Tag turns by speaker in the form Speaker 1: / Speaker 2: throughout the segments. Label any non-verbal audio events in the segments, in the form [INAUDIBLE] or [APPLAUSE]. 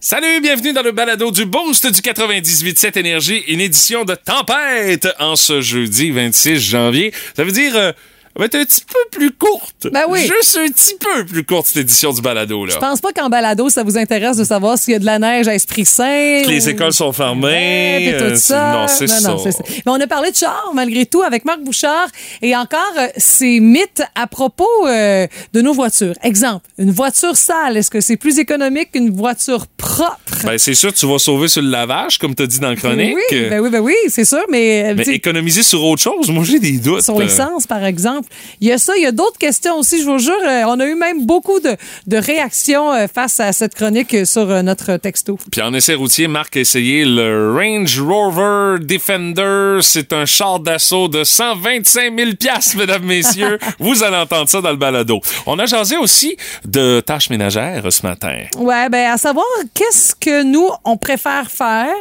Speaker 1: Salut, bienvenue dans le balado du Boost du 98.7 Énergie, une édition de tempête en ce jeudi 26 janvier. Ça veut dire... euh, elle va être un petit peu plus courte.
Speaker 2: Ben oui.
Speaker 1: Juste un petit peu plus courte, cette édition du balado, là.
Speaker 2: Je pense pas qu'en balado, ça vous intéresse de savoir s'il y a de la neige à Esprit Saint.
Speaker 1: Que les
Speaker 2: ou-
Speaker 1: écoles sont
Speaker 2: Ouais,
Speaker 1: fermées.
Speaker 2: puis
Speaker 1: euh,
Speaker 2: tout ça.
Speaker 1: Non, c'est ça.
Speaker 2: c'est ça. Mais on a parlé de char, malgré tout, avec Marc Bouchard et encore euh, ces mythes à propos euh, de nos voitures. Exemple, une voiture sale, est-ce que c'est plus économique qu'une voiture propre?
Speaker 1: Ben, c'est sûr, tu vas sauver sur le lavage, comme t'as dit dans le chronique.
Speaker 2: oui, ben oui, ben oui, c'est sûr, mais, euh,
Speaker 1: Mais euh,
Speaker 2: tu sais,
Speaker 1: économiser sur autre chose, moi, j'ai des doutes.
Speaker 2: Sur l'essence, par exemple. Il y a ça, il y a d'autres questions aussi, je vous jure. Euh, On a eu même beaucoup de, de réactions euh, face à cette chronique euh, sur euh, notre texto.
Speaker 1: Puis en essai routier, Marc a essayé le Range Rover Defender. C'est un char d'assaut de 125 000 piastres, mesdames, messieurs. Vous allez entendre ça dans le balado. On a jasé aussi de tâches ménagères euh, ce matin.
Speaker 2: Ouais, ben à savoir qu'est-ce que nous on préfère faire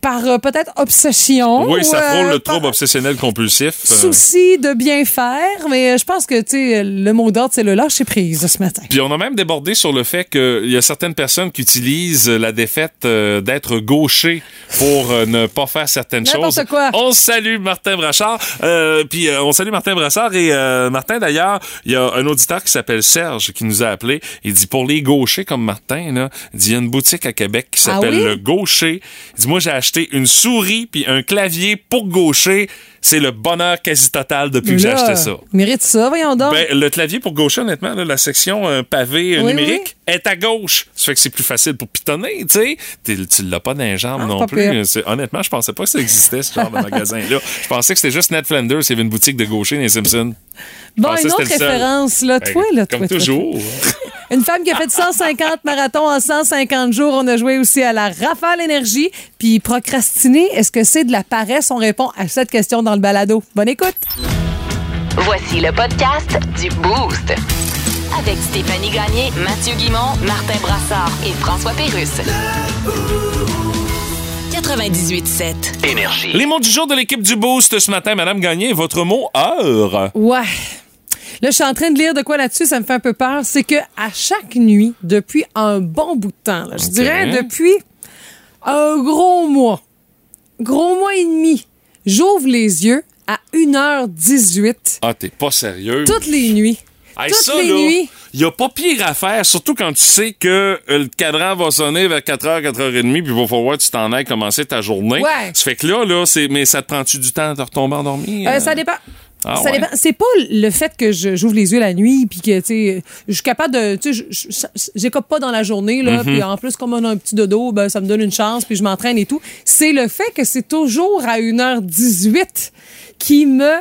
Speaker 2: par euh, peut-être obsession.
Speaker 1: oui, ça
Speaker 2: ou, euh,
Speaker 1: frôle le
Speaker 2: par
Speaker 1: trouble obsessionnel compulsif. Euh,
Speaker 2: Souci de bien faire, mais euh, je pense que tu sais le mot d'ordre c'est le lâcher prise ce matin.
Speaker 1: Puis on a même débordé sur le fait qu'il y a certaines personnes qui utilisent la défaite euh, d'être gaucher pour euh, ne pas faire certaines
Speaker 2: N'importe
Speaker 1: choses.
Speaker 2: quoi.
Speaker 1: On salue Martin Brachard. Euh, puis euh, on salue Martin Brassard. Et euh, Martin, d'ailleurs, il y a un auditeur qui s'appelle Serge qui nous a appelé. Il dit, pour les gauchers comme Martin, là, il dit, il y a une boutique à Québec qui
Speaker 2: Ah
Speaker 1: s'appelle
Speaker 2: oui?
Speaker 1: Le Gaucher. Il dit, moi, j'ai acheté une souris puis un clavier pour gaucher. C'est le bonheur quasi total depuis que j'ai
Speaker 2: Là,
Speaker 1: acheté ça.
Speaker 2: Mérite ça, voyons donc.
Speaker 1: Ben, le clavier pour gaucher, honnêtement, là, la section euh, pavé euh,
Speaker 2: Ah. Oui,
Speaker 1: numérique est à gauche. Ça fait que c'est plus facile pour pitonner, tu sais. T'es- Tu l'as pas dans les jambes
Speaker 2: Ah,
Speaker 1: non
Speaker 2: pas
Speaker 1: plus.
Speaker 2: pire.
Speaker 1: C'est- Honnêtement, je pensais pas que ça existait, ce genre de magasin-là. Je pensais que c'était juste Ned Flanders, il y avait une boutique de gaucher dans les Simpsons.
Speaker 2: bon,
Speaker 1: pensais
Speaker 2: une
Speaker 1: que
Speaker 2: autre
Speaker 1: c'était le seul.
Speaker 2: référence là, Ah, toi
Speaker 1: Ben,
Speaker 2: là,
Speaker 1: Comme
Speaker 2: toi, toi,
Speaker 1: toujours.
Speaker 2: Une femme qui a fait 150 [LAUGHS] marathons en 150 jours. On a joué aussi à la Rafale Énergie. Puis procrastiner, est-ce que c'est de la paresse? On répond à cette question dans le balado. Bonne écoute.
Speaker 3: Voici le podcast du Boost. Avec Stéphanie Gagné, Mathieu Guimont, Martin Brassard et François Pérusse. 98.7.
Speaker 4: Énergie.
Speaker 1: Les mots du jour de l'équipe du Boost ce matin, Madame Gagné, votre mot heure.
Speaker 2: Ouais. Là, je suis en train de lire de quoi là-dessus, ça me fait un peu peur. C'est que à chaque nuit, depuis un bon bout de temps, là, je
Speaker 1: Ok.
Speaker 2: dirais depuis un gros mois, gros mois et demi, j'ouvre les yeux à 1h18
Speaker 1: Ah, t'es pas sérieux.
Speaker 2: toutes les nuits.
Speaker 1: Hey,
Speaker 2: toutes
Speaker 1: ça,
Speaker 2: les
Speaker 1: là,
Speaker 2: nuits.
Speaker 1: Il n'y a pas pire à faire, surtout quand tu sais que euh, le cadran va sonner vers 4h, 4h30, puis il va falloir que tu t'en ailles commencer ta journée.
Speaker 2: Ouais.
Speaker 1: Ça fait que là, là, c'est. Mais ça te prend-tu du temps de retomber endormi?
Speaker 2: Euh,
Speaker 1: euh?
Speaker 2: [LAUGHS] ça dépend.
Speaker 1: Ah
Speaker 2: ça
Speaker 1: ouais.
Speaker 2: dépend. C'est pas le fait que je- j'ouvre les yeux la nuit puis que tu sais je suis capable de tu sais je- je- j'écope pas dans la journée
Speaker 1: Mhm.
Speaker 2: là puis en plus comme on a un petit dodo ben ça me donne une chance puis je m'entraîne et tout. C'est le fait que c'est toujours à 1h18 qui me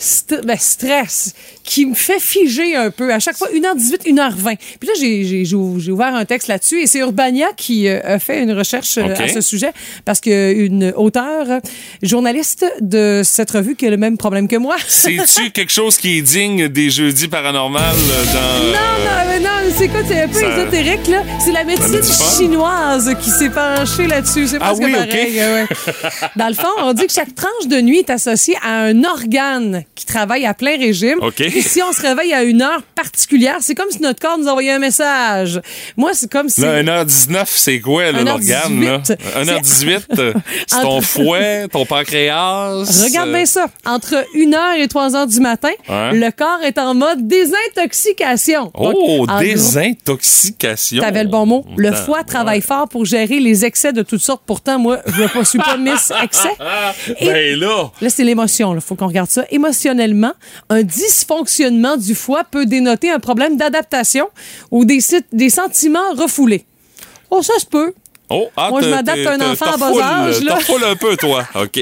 Speaker 2: st- ben, stresse, qui me fait figer un peu. À chaque fois, 1h18, 1h20. Puis là, j'ai- j'ai j'ai ou- j'ai ouvert un texte là-dessus et c'est Urbania qui euh, a fait une recherche euh,
Speaker 1: Ok.
Speaker 2: à ce sujet parce qu'une auteure, euh, journaliste de cette revue qui a le même problème que moi.
Speaker 1: C'est-tu quelque chose qui est digne des jeudis paranormales euh, dans.
Speaker 2: [LAUGHS] Non, non, mais non, mais c'est quoi? C'est un peu
Speaker 1: ça-
Speaker 2: ésotérique, là. C'est la
Speaker 1: met
Speaker 2: médecine
Speaker 1: du fun.
Speaker 2: chinoise qui s'est penchée là-dessus. C'est
Speaker 1: Ah
Speaker 2: presque
Speaker 1: oui, ok. [LAUGHS]
Speaker 2: pareil. ouais, ouais. Dans le fond, on dit que chaque tranche de nuit est associée à un organe qui travaille à plein régime.
Speaker 1: Ok.
Speaker 2: Et si on se réveille à une heure particulière, c'est comme si notre corps nous envoyait un message. Moi, c'est comme si...
Speaker 1: Là, 1h19, c'est quoi là,
Speaker 2: 1h18?
Speaker 1: l'organe? là?
Speaker 2: C'est-
Speaker 1: 1h18, euh,
Speaker 2: [LAUGHS]
Speaker 1: c'est ton
Speaker 2: Entre-
Speaker 1: fouet, ton pancréas.
Speaker 2: Regarde
Speaker 1: euh,
Speaker 2: bien ça. Entre 1h et 3h du matin,
Speaker 1: Ouais.
Speaker 2: le corps est en mode désintoxication. Donc,
Speaker 1: Oh,
Speaker 2: en gros,
Speaker 1: désintoxication.
Speaker 2: T'avais le bon mot. Le
Speaker 1: Attends,
Speaker 2: foie travaille
Speaker 1: ouais.
Speaker 2: fort pour gérer les excès de toutes sortes. Pourtant, moi, je ne suis pas Miss Excès.
Speaker 1: Ah,
Speaker 2: Et-
Speaker 1: ben là!
Speaker 2: Là, c'est l'émotion. Il faut qu'on regarde ça. Émotionnellement, un dysfonctionnement du foie peut dénoter un problème d'adaptation ou des, sit- des sentiments refoulés. Oh, ça se peut.
Speaker 1: Oh, ah,
Speaker 2: Moi, je
Speaker 1: t'es-
Speaker 2: m'adapte
Speaker 1: t'es-
Speaker 2: à un
Speaker 1: t'es-
Speaker 2: enfant à
Speaker 1: t'en
Speaker 2: bas
Speaker 1: foules,
Speaker 2: âge, là.
Speaker 1: T'en foules un peu, toi. [LAUGHS] OK.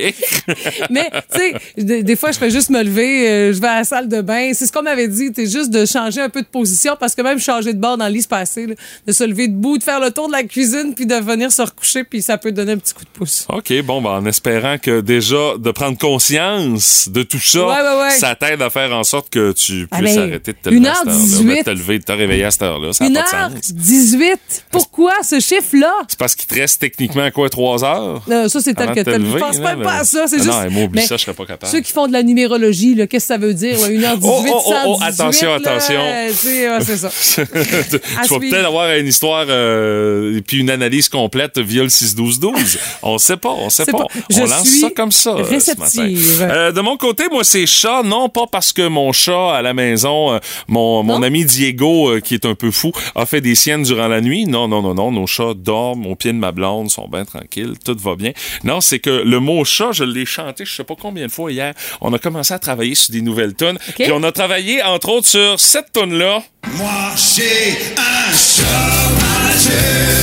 Speaker 2: Mais, tu sais, des, des fois, je fais juste me lever, euh, je vais à la salle de bain. C'est ce qu'on m'avait dit, c'est juste de changer un peu de position parce que même changer de bord dans le lit, c'est passé, de se lever debout, de faire le tour de la cuisine, puis de venir se recoucher, puis ça peut donner un petit coup de pouce.
Speaker 1: OK, bon, ben, en espérant que déjà, de prendre conscience de tout ça,
Speaker 2: Ouais, ouais, ouais.
Speaker 1: ça t'aide à faire en sorte que tu
Speaker 2: Ah,
Speaker 1: puisses
Speaker 2: ben,
Speaker 1: arrêter de te lever à cette heure-là,
Speaker 2: 1h18.
Speaker 1: de te lever, de te réveiller à cette heure-là. Ça n'a pas de sens.
Speaker 2: 1h18. Pourquoi ce chiffre-là?
Speaker 1: C'est parce parce qu'il te reste techniquement quoi, trois heures?
Speaker 2: Euh, ça, c'est tel
Speaker 1: Avant
Speaker 2: que
Speaker 1: de te
Speaker 2: tel. Je
Speaker 1: lever,
Speaker 2: pense
Speaker 1: là,
Speaker 2: même
Speaker 1: mais-
Speaker 2: pas à ça. C'est
Speaker 1: Ah
Speaker 2: juste.
Speaker 1: non, mais oublie
Speaker 2: mais
Speaker 1: ça, je serais pas capable.
Speaker 2: Ceux qui font de la numérologie, là, qu'est-ce que ça veut dire? ouais, 1h18,
Speaker 1: Oh, oh, oh, oh,
Speaker 2: 118,
Speaker 1: attention,
Speaker 2: là,
Speaker 1: attention.
Speaker 2: euh, tu sais, ouais, c'est ça.
Speaker 1: [LAUGHS] tu vas
Speaker 2: suivre.
Speaker 1: peut-être avoir une histoire euh, et puis une analyse complète via le
Speaker 2: [LAUGHS]
Speaker 1: 6-12-12. on sait pas, on sait
Speaker 2: C'est
Speaker 1: pas.
Speaker 2: pas-
Speaker 1: On
Speaker 2: je
Speaker 1: lance
Speaker 2: suis
Speaker 1: ça comme ça. euh, ce
Speaker 2: réceptive.
Speaker 1: matin. Euh, de mon côté, moi, c'est chat, non pas parce que mon chat à la maison, euh, mon, mon
Speaker 2: Non?
Speaker 1: ami Diego, euh, qui est un peu fou, a fait des siennes durant la nuit. Non, non, non, non. Nos chats dorment au pied de ma blonde, sont bien tranquilles, tout va bien. Non, c'est que le mot chat, je l'ai chanté je sais pas combien de fois hier. On a commencé à travailler sur des nouvelles tonnes. Puis on a travaillé, entre autres, sur cette tonne-là.
Speaker 4: Moi, j'ai un chômage,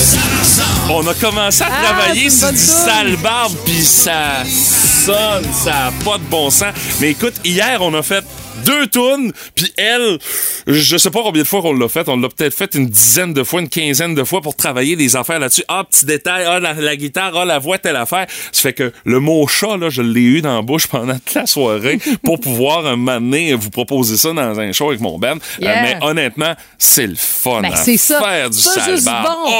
Speaker 4: ça ressemble.
Speaker 1: On a commencé à
Speaker 2: Ah,
Speaker 1: travailler
Speaker 2: c'est
Speaker 1: sur
Speaker 2: une
Speaker 1: du
Speaker 2: bonne tune.
Speaker 1: sale barbe, puis ça sonne, ça a pas de bon sens. Mais écoute, hier, on a fait deux tunes, puis elle, je sais pas combien de fois qu'on l'a fait, on l'a peut-être fait une dizaine de fois, une quinzaine de fois pour travailler des affaires là-dessus. Ah, petit détail, ah, la, la guitare, ah, la voix, telle affaire. Ça fait que le mot chat, là, je l'ai eu dans la bouche pendant toute la soirée
Speaker 2: [LAUGHS]
Speaker 1: pour pouvoir euh, m'amener vous proposer ça dans un show avec mon band. Euh,
Speaker 2: Yeah.
Speaker 1: mais honnêtement, c'est le fun.
Speaker 2: Ben,
Speaker 1: à
Speaker 2: c'est ça.
Speaker 1: Faire du
Speaker 2: Ça,
Speaker 1: sale
Speaker 2: juste
Speaker 1: barbe.
Speaker 2: bon.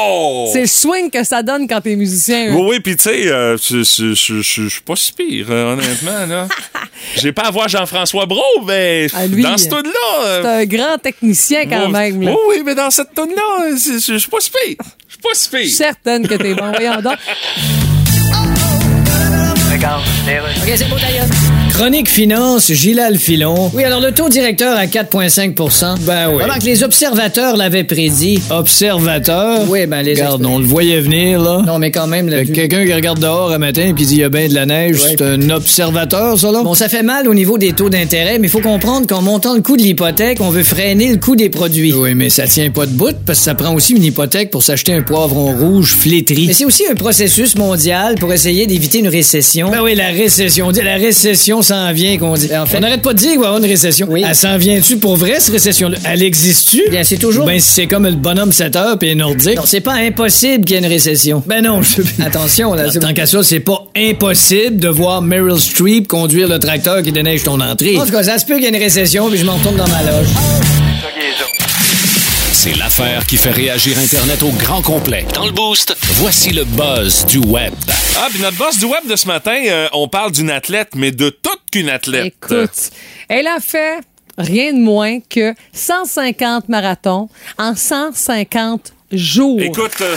Speaker 1: Oh!
Speaker 2: C'est le swing que ça donne quand t'es musicien.
Speaker 1: Oui, oui, puis tu sais, euh, je je- je- je- je suis pas si pire, euh, honnêtement,
Speaker 2: [LAUGHS]
Speaker 1: là. J'ai pas à voir Jean-François Brault, mais
Speaker 2: Ah, lui,
Speaker 1: dans cette tune-là... euh,
Speaker 2: T'es un grand technicien quand
Speaker 1: moi-
Speaker 2: même. Là.
Speaker 1: Oui, oui, mais dans cette tune-là, euh, je je- je suis pas si pire. Je suis pas si
Speaker 2: Je suis
Speaker 1: pire.
Speaker 2: certaine que t'es bon. Voyons
Speaker 1: [LAUGHS]
Speaker 2: donc.
Speaker 5: Chronique Finance, Gilal Filon. Oui, alors le taux directeur à 4,5 Ben oui. Alors que les observateurs l'avaient prédit. Observateurs? Oui, ben les Regarde, on le voyait venir, là. Non, mais quand même, là. Quelqu'un qui regarde dehors un matin et qui dit il y a bien de la neige, c'est un observateur, ça, là? Bon, ça fait mal au niveau des taux d'intérêt, mais il faut comprendre qu'en montant le coût de l'hypothèque, on veut freiner le coût des produits. Oui, mais ça tient pas de bout parce que ça prend aussi une hypothèque pour s'acheter un poivron rouge flétri. Mais c'est aussi un processus mondial pour essayer d'éviter une récession. Ben oui, la récession. On dit la récession s'en vient, qu'on dit. on n'arrête pas de dire qu'il va y avoir une récession. Elle s'en vient-tu pour vrai, cette récession-là? Elle existe-tu? Bien, c'est toujours. Ben, c'est comme le bonhomme 7 heures puis nordique. Non, c'est pas impossible qu'il y ait une récession. Ben non, je... Attention, là. Tant qu'à ça, c'est pas impossible de voir Meryl Streep conduire le tracteur qui déneige ton entrée. En tout cas, ça se peut qu'il y ait une récession puis je m'en retourne dans ma loge.
Speaker 6: C'est l'affaire qui fait réagir Internet au grand complet. Dans le boost, voici le buzz du web.
Speaker 1: Ah, puis notre boss du web de ce matin, euh, on parle d'une athlète, mais de toute qu'une athlète. Euh,
Speaker 2: Écoute, elle a fait rien de moins que 150 marathons en 150 jours.
Speaker 1: Écoute, euh,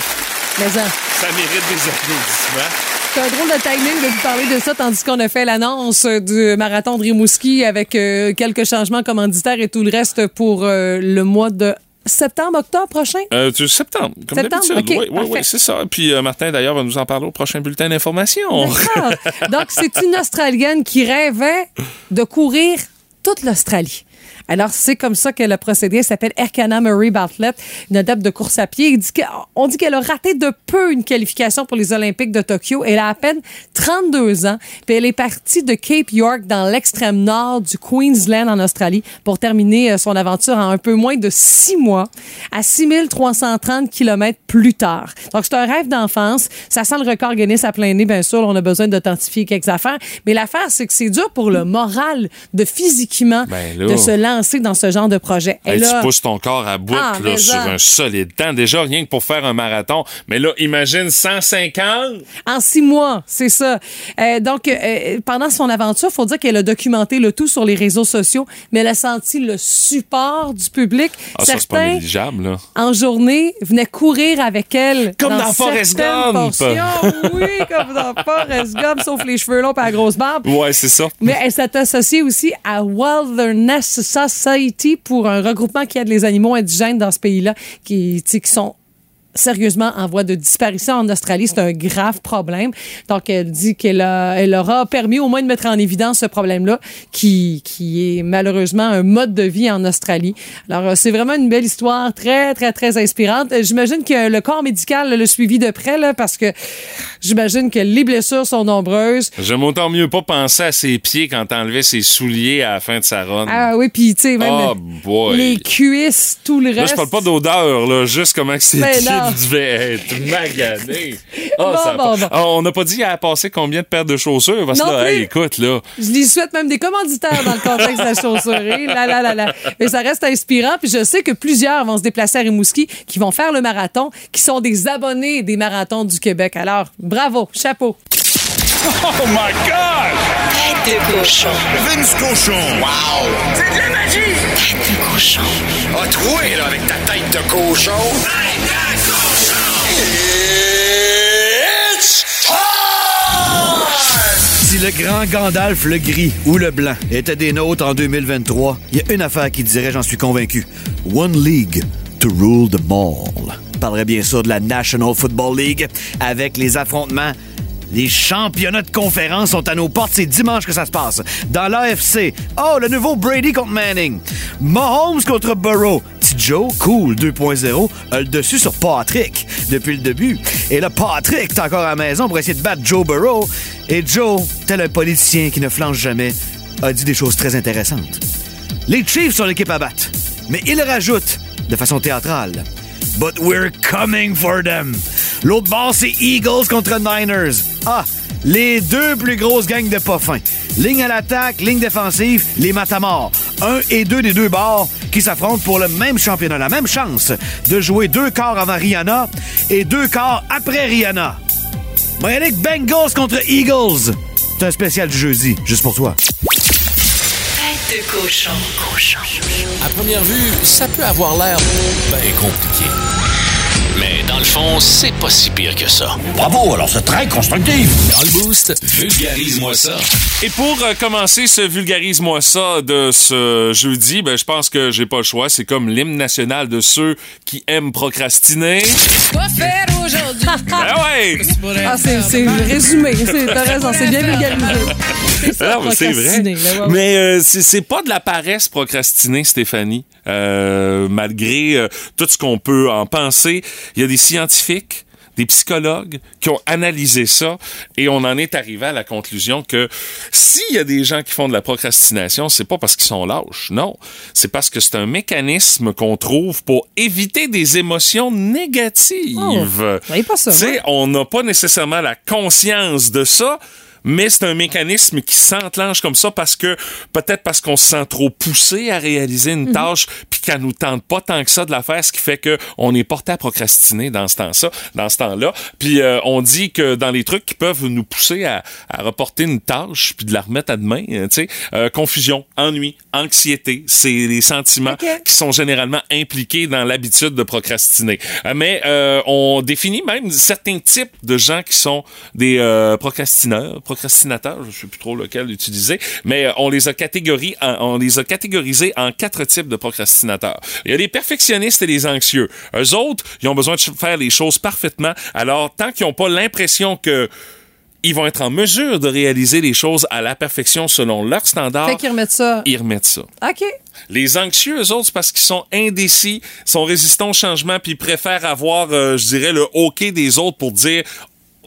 Speaker 2: Mais, euh,
Speaker 1: ça mérite des applaudissements.
Speaker 2: C'est un drôle de timing de vous parler de ça, tandis qu'on a fait l'annonce du marathon de Rimouski avec euh, quelques changements commanditaires et tout le reste pour euh, le mois de septembre, octobre prochain.
Speaker 1: Euh, tu- septembre, comme
Speaker 2: Septembre,
Speaker 1: d'habitude.
Speaker 2: ok,
Speaker 1: oui, oui, oui,
Speaker 2: parfait.
Speaker 1: c'est ça. Puis euh, Martin, d'ailleurs, va nous en parler au prochain bulletin d'information.
Speaker 2: D'accord. Donc, c'est une Australienne qui rêvait de courir toute l'Australie. Alors, c'est comme ça qu'elle a procédé. Elle s'appelle Erkana Murray Bartlett, une adepte de course à pied. Il dit que- on dit qu'elle a raté de peu une qualification pour les Olympiques de Tokyo. Elle a à peine 32 ans. Puis elle est partie de Cape York dans l'extrême nord du Queensland en Australie pour terminer euh, son aventure en un peu moins de six mois à 6330 km plus tard. Donc, c'est un rêve d'enfance. Ça sent le record Guinness à plein nez, bien sûr. On a besoin d'authentifier quelques affaires. Mais l'affaire, c'est que c'est dur pour le moral de physiquement
Speaker 1: Ben là.
Speaker 2: de se lancer dans ce genre de projet.
Speaker 1: Hey,
Speaker 2: Elle a-
Speaker 1: tu pousses ton corps à bout
Speaker 2: Ah,
Speaker 1: là,
Speaker 2: mais
Speaker 1: sur
Speaker 2: ça.
Speaker 1: un solide temps. Déjà, rien que pour faire un marathon. Mais là, imagine 150.
Speaker 2: En six mois, c'est ça. Euh, donc, euh, pendant son aventure, faut dire qu'elle a documenté le tout sur les réseaux sociaux, mais elle a senti le support du public.
Speaker 1: Ah, ça, c'est pas
Speaker 2: Certains,
Speaker 1: négligeable, là.
Speaker 2: en journée, venaient courir avec elle.
Speaker 1: Comme dans Forrest Gump.
Speaker 2: certaines portions. Oui, comme dans Forrest Gump, sauf les cheveux longs et la grosse barbe.
Speaker 1: Ouais, c'est ça.
Speaker 2: Mais elle s'est associée aussi à Wilderness Society pour un regroupement qui aide les animaux indigènes dans ce pays-là, qui, tu sais, qui sont sérieusement en voie de disparition en Australie. C'est un grave problème. Donc, elle dit qu'elle a- elle aura permis au moins de mettre en évidence ce problème-là, qui, qui est malheureusement un mode de vie en Australie. Alors, euh, c'est vraiment une belle histoire, très, très, très inspirante. Euh, J'imagine que le corps médical le suivi de près, là, parce que j'imagine que les blessures sont nombreuses.
Speaker 1: J'aime autant mieux pas penser à ses pieds quand t'enlevais ses souliers à la fin de sa run.
Speaker 2: Ah oui, puis tu sais, même
Speaker 1: Ah, boy.
Speaker 2: les cuisses, tout le reste.
Speaker 1: là, je parle pas d'odeur, là. Juste comment que ses
Speaker 2: Ben
Speaker 1: pieds
Speaker 2: non, Wow.
Speaker 1: tu devais être magané. Ah,
Speaker 2: [LAUGHS] Bon,
Speaker 1: ça a pas-
Speaker 2: bon, bon.
Speaker 1: Ah, on n'a pas dit à passer combien de paires de chaussures. Parce que
Speaker 2: Non
Speaker 1: là,
Speaker 2: plus.
Speaker 1: hey, écoute, là.
Speaker 2: Je lui souhaite même des commanditaires dans le contexte de la chaussurerie. Là, là, là, là. Mais ça reste inspirant. Puis je sais que plusieurs vont se déplacer à Rimouski, qui vont faire le marathon, qui sont des abonnés des marathons du Québec. Alors, bravo, chapeau.
Speaker 1: Oh my God!
Speaker 7: Tête de cochon.
Speaker 4: Vince Cochon.
Speaker 7: C'est de la magie! Tête de cochon.
Speaker 8: A troué, là, avec ta tête de cochon.
Speaker 7: Tête de
Speaker 8: It's time!
Speaker 9: Si le grand Gandalf le gris ou le blanc était des nôtres en 2023, il y a une affaire qui dirait, j'en suis convaincu. One League to rule them all. Je parlerais bien sûr de la National Football League avec les affrontements. Les championnats de conférence sont à nos portes. C'est dimanche que ça se passe. Dans l'AFC. Oh, le nouveau Brady contre Manning. Mahomes contre Burrow. Petit Joe, cool, 2.0, a Euh, le dessus sur Patrick depuis le début. Et là, Patrick est encore à la maison pour essayer de battre Joe Burrow. Et Joe, tel un politicien qui ne flanche jamais, a dit des choses très intéressantes. Les Chiefs sont l'équipe à battre, mais il rajoute, de façon théâtrale, But we're coming for them. L'autre bord, c'est Eagles contre Niners. Ah, les deux plus grosses gangs de pas fins. Ligne à l'attaque, ligne défensive, les matamors. Un et deux des deux bords qui s'affrontent pour le même championnat, la même chance de jouer deux quarts avant Rihanna et deux quarts après Rihanna. Manic Bengals contre Eagles. C'est un spécial du jeudi, juste pour toi.
Speaker 7: Tête de cochon.
Speaker 6: À première vue, ça peut avoir l'air bien compliqué. Mais dans le fond, c'est pas si pire que ça.
Speaker 8: Bravo, alors c'est très constructif.
Speaker 6: Dans le boost, vulgarise-moi ça.
Speaker 1: Et pour euh, commencer ce vulgarise-moi ça de ce jeudi, ben, je pense que j'ai pas le choix. C'est comme l'hymne national de ceux qui aiment procrastiner. Ben ouais!
Speaker 2: Ah, c'est c'est résumé. C'est- T'as raison, c'est bien vulgarisé.
Speaker 1: [LAUGHS]
Speaker 2: ça,
Speaker 1: Non, Ah, mais c'est vrai.
Speaker 2: procrastiner, là, ouais, ouais.
Speaker 1: Mais euh, c'est c'est pas de la paresse procrastiner, Stéphanie. Euh, malgré euh, tout ce qu'on peut en penser, il y a des scientifiques, des psychologues qui ont analysé ça et on en est arrivé à la conclusion que s'il y a des gens qui font de la procrastination, c'est pas parce qu'ils sont lâches, non. C'est parce que c'est un mécanisme qu'on trouve pour éviter des émotions négatives.
Speaker 2: Oh, je savais pas ça,
Speaker 1: Tu sais, sais, on n'a pas nécessairement la conscience de ça. Mais c'est un mécanisme qui s'enclenche comme ça parce que peut-être parce qu'on se sent trop poussé à réaliser
Speaker 2: Mhm.
Speaker 1: une tâche puis qu'elle nous tente pas tant que ça de la faire, ce qui fait que on est porté à procrastiner dans ce temps-là, dans ce temps-là. Puis euh, on dit que dans les trucs qui peuvent nous pousser à, à reporter une tâche puis de la remettre à demain, euh, tu sais, euh, confusion, ennui, anxiété, c'est les sentiments
Speaker 2: Ok.
Speaker 1: qui sont généralement impliqués dans l'habitude de procrastiner. Euh, Mais euh, on définit même certains types de gens qui sont des euh, procrastineurs, procrastinateurs, je sais plus trop lequel utiliser, mais euh, on les a catégorisés en, on les a catégorisés en quatre types de procrastinateurs. Il y a les perfectionnistes et les anxieux. Eux autres, ils ont besoin de ch- faire les choses parfaitement. Alors tant qu'ils n'ont pas l'impression que ils vont être en mesure de réaliser les choses à la perfection selon leurs standards,
Speaker 2: Fait qu'ils remettent ça.
Speaker 1: ils remettent ça.
Speaker 2: OK.
Speaker 1: Les anxieux, eux autres, c'est parce qu'ils sont indécis, sont résistants au changement, puis ils préfèrent avoir, euh, je dirais, le OK des autres pour dire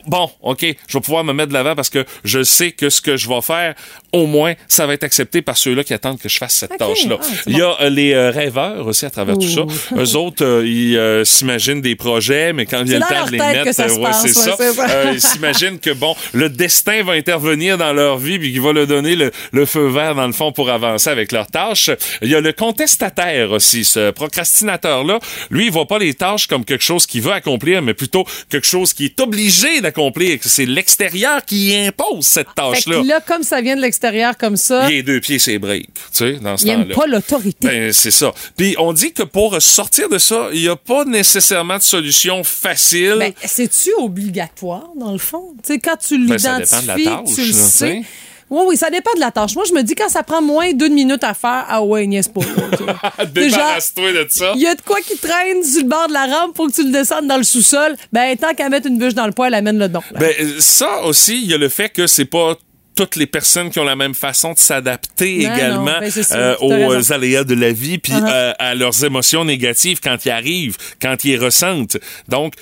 Speaker 1: Bon, OK, je vais pouvoir me mettre de l'avant parce que je sais que ce que je vais faire, au moins, ça va être accepté par ceux-là qui attendent que je fasse cette
Speaker 2: OK,
Speaker 1: tâche-là.
Speaker 2: ah, c'est
Speaker 1: Il y a euh, les euh, rêveurs aussi à travers tout
Speaker 2: [LAUGHS]
Speaker 1: ça. Eux autres, euh, ils euh, s'imaginent des projets, mais quand vient le
Speaker 2: dans
Speaker 1: temps
Speaker 2: leur
Speaker 1: de les
Speaker 2: tête que
Speaker 1: mettre,
Speaker 2: ça se
Speaker 1: euh, ouais,
Speaker 2: passe,
Speaker 1: c'est
Speaker 2: ouais,
Speaker 1: ça.
Speaker 2: c'est ça.
Speaker 1: Euh, ils s'imaginent que, bon, le destin va intervenir dans leur vie puis qu'il va leur donner le, le feu vert, dans le fond, pour avancer avec leurs tâches. Il y a le contestataire aussi, ce procrastinateur-là. Lui, il voit pas les tâches comme quelque chose qu'il veut accomplir, mais plutôt quelque chose qui est obligé d'accomplir, que c'est l'extérieur qui impose cette
Speaker 2: Fait
Speaker 1: tâche-là.
Speaker 2: que là, comme ça vient de l'extérieur comme ça,
Speaker 1: Il est deux pieds, c'est break, tu sais, dans ce
Speaker 2: il aime
Speaker 1: temps-là.
Speaker 2: pas l'autorité.
Speaker 1: Ben, c'est ça. Puis on dit que pour sortir de ça, il n'y a pas nécessairement de solution facile.
Speaker 2: Ben, c'est-tu obligatoire, dans le fond? Tu sais, quand tu
Speaker 1: Ben, ça dépend
Speaker 2: l'identifies,
Speaker 1: de la tâche,
Speaker 2: tu le
Speaker 1: là,
Speaker 2: sais.
Speaker 1: tu sais.
Speaker 2: Oui, oui, ça dépend de la tâche. Moi, je me dis, quand ça prend moins d'une minute à faire, ah ouais, niaise pas. là,
Speaker 1: [LAUGHS]
Speaker 2: tu vois. Déjà,
Speaker 1: Débarrasse-toi de ça.
Speaker 2: il y a de quoi qui traîne sur le bord de la rampe pour que tu le descendes dans le sous-sol. Ben, tant qu'à mettre une bûche dans le poêle, amène-le donc. là.
Speaker 1: Ben, euh, ça aussi, il y a le fait que c'est pas toutes les personnes qui ont la même façon de s'adapter
Speaker 2: Non,
Speaker 1: également
Speaker 2: non, ben, c'est ça,
Speaker 1: euh,
Speaker 2: t'as
Speaker 1: aux
Speaker 2: raison.
Speaker 1: euh, aléas de la vie puis
Speaker 2: Uh-huh.
Speaker 1: euh, à leurs émotions négatives quand ils arrivent, quand ils les ressentent. Donc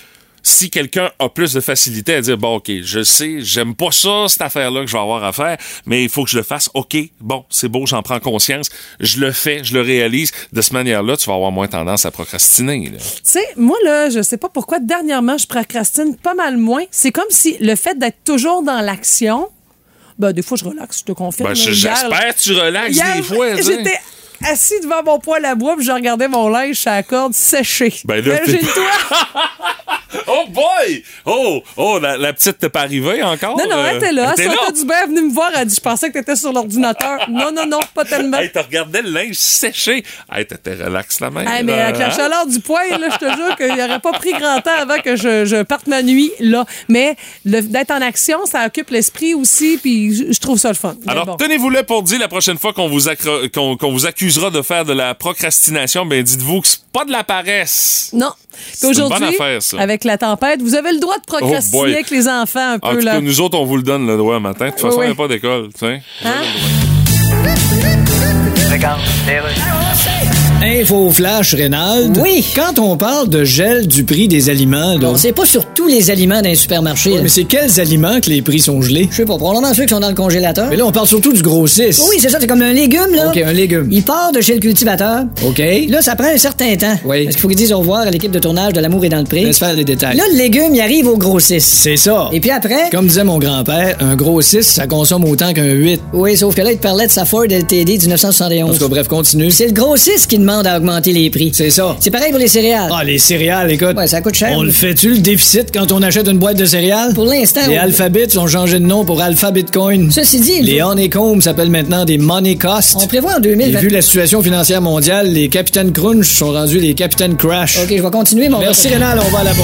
Speaker 1: si quelqu'un a plus de facilité à dire, bon, OK, je sais, j'aime pas ça, cette affaire-là que je vais avoir à faire, mais il faut que je le fasse. OK, bon, c'est beau, j'en prends conscience, je le fais, je le réalise. De cette manière-là, tu vas avoir moins tendance à procrastiner. là.
Speaker 2: Tu sais, moi, là, je sais pas pourquoi, dernièrement, je procrastine pas mal moins. C'est comme si le fait d'être toujours dans l'action, ben, des fois, je relaxe, je te confirme.
Speaker 1: Ben,
Speaker 2: là,
Speaker 1: je-
Speaker 2: hier, là,
Speaker 1: j'espère que tu relaxes
Speaker 2: hier,
Speaker 1: des fois. tu sais.
Speaker 2: J'étais assis devant mon poêle à bois, puis je regardais mon linge à la corde séché.
Speaker 1: Ben là, t'es- [LAUGHS]
Speaker 2: Imagine-toi.
Speaker 1: Oh boy! Oh, oh, la, la petite t'es pas arrivée encore?
Speaker 2: Non, non, elle était
Speaker 1: Euh,
Speaker 2: là.
Speaker 1: elle était
Speaker 2: Sophie Dubé est venue me voir. Elle a dit Je pensais que t'étais sur l'ordinateur. non, non, non, pas tellement.
Speaker 1: Hey, t'as regardé le linge séché. Hey, t'étais relax la main. hein?
Speaker 2: Hey, Ah, mais euh, avec la chaleur du poêle, là, je te jure qu'il n'aurait pas pris grand temps avant que je, je parte ma nuit là. Mais le- d'être en action, ça occupe l'esprit aussi, puis je je trouve ça le fun. Mais
Speaker 1: Alors,
Speaker 2: bon.
Speaker 1: tenez-vous-le pour dire la prochaine fois qu'on vous, accro- qu'on, qu'on vous accusera de faire de la procrastination, ben dites-vous que c'est pas de la paresse.
Speaker 2: Non. Puis
Speaker 1: une bonne
Speaker 2: aujourd'hui,
Speaker 1: affaire, ça.
Speaker 2: avec la tempête, vous avez le droit de procrastiner
Speaker 1: Oh boy.
Speaker 2: avec les enfants un
Speaker 1: En
Speaker 2: peu.
Speaker 1: tout
Speaker 2: là.
Speaker 1: cas, nous autres, on vous le donne le droit matin. De toute façon, il
Speaker 2: Oui,
Speaker 1: n'y a
Speaker 2: oui.
Speaker 1: pas d'école. tu sais.
Speaker 2: Hein?
Speaker 5: Info flash, Reynald. Oui. Quand on parle de gel du prix des aliments, là.
Speaker 10: C'est pas sur tous les aliments d'un supermarché. là.
Speaker 5: mais c'est quels aliments que les prix sont gelés?
Speaker 10: Je sais pas, probablement ceux qui sont dans le congélateur.
Speaker 5: Mais là, on parle surtout du grossiste.
Speaker 10: Oui, c'est ça, c'est comme un légume, là.
Speaker 5: OK, un légume.
Speaker 10: Il part de chez le cultivateur.
Speaker 5: OK.
Speaker 10: Là, ça prend un certain temps.
Speaker 5: Oui.
Speaker 10: Parce qu'il faut qu'ils disent au revoir à l'équipe de tournage de L'amour et dans le prix.
Speaker 5: Laisse faire les détails.
Speaker 10: Là, le légume, il arrive au grossiste.
Speaker 5: c'est ça.
Speaker 10: Et puis après.
Speaker 5: Comme disait mon grand-père, un gros 6, ça consomme autant qu'un 8.
Speaker 10: Oui, sauf que là, il te parlait de sa Ford LTD
Speaker 5: En tout
Speaker 10: 1971.
Speaker 5: cas, bref, continue.
Speaker 10: C'est le grossiste qui demande à augmenter les prix.
Speaker 5: C'est ça.
Speaker 10: C'est pareil pour les céréales.
Speaker 5: Ah, les céréales, écoute.
Speaker 10: Ouais, ça coûte cher.
Speaker 5: On le fait-tu, le déficit, quand on achète une boîte de céréales?
Speaker 10: Pour l'instant,
Speaker 5: Les
Speaker 10: oui.
Speaker 5: Alphabets ont changé de nom pour Alpha Bitcoin.
Speaker 10: Ceci dit,
Speaker 5: Les honeycombs s'appellent maintenant des money costs.
Speaker 10: on prévoit en
Speaker 5: Et
Speaker 10: 2020.
Speaker 5: vu la situation financière mondiale, les capitaines crunch sont rendus les capitaines crash.
Speaker 10: OK, je vais continuer mon.
Speaker 5: Merci Rénal, on va à la pause.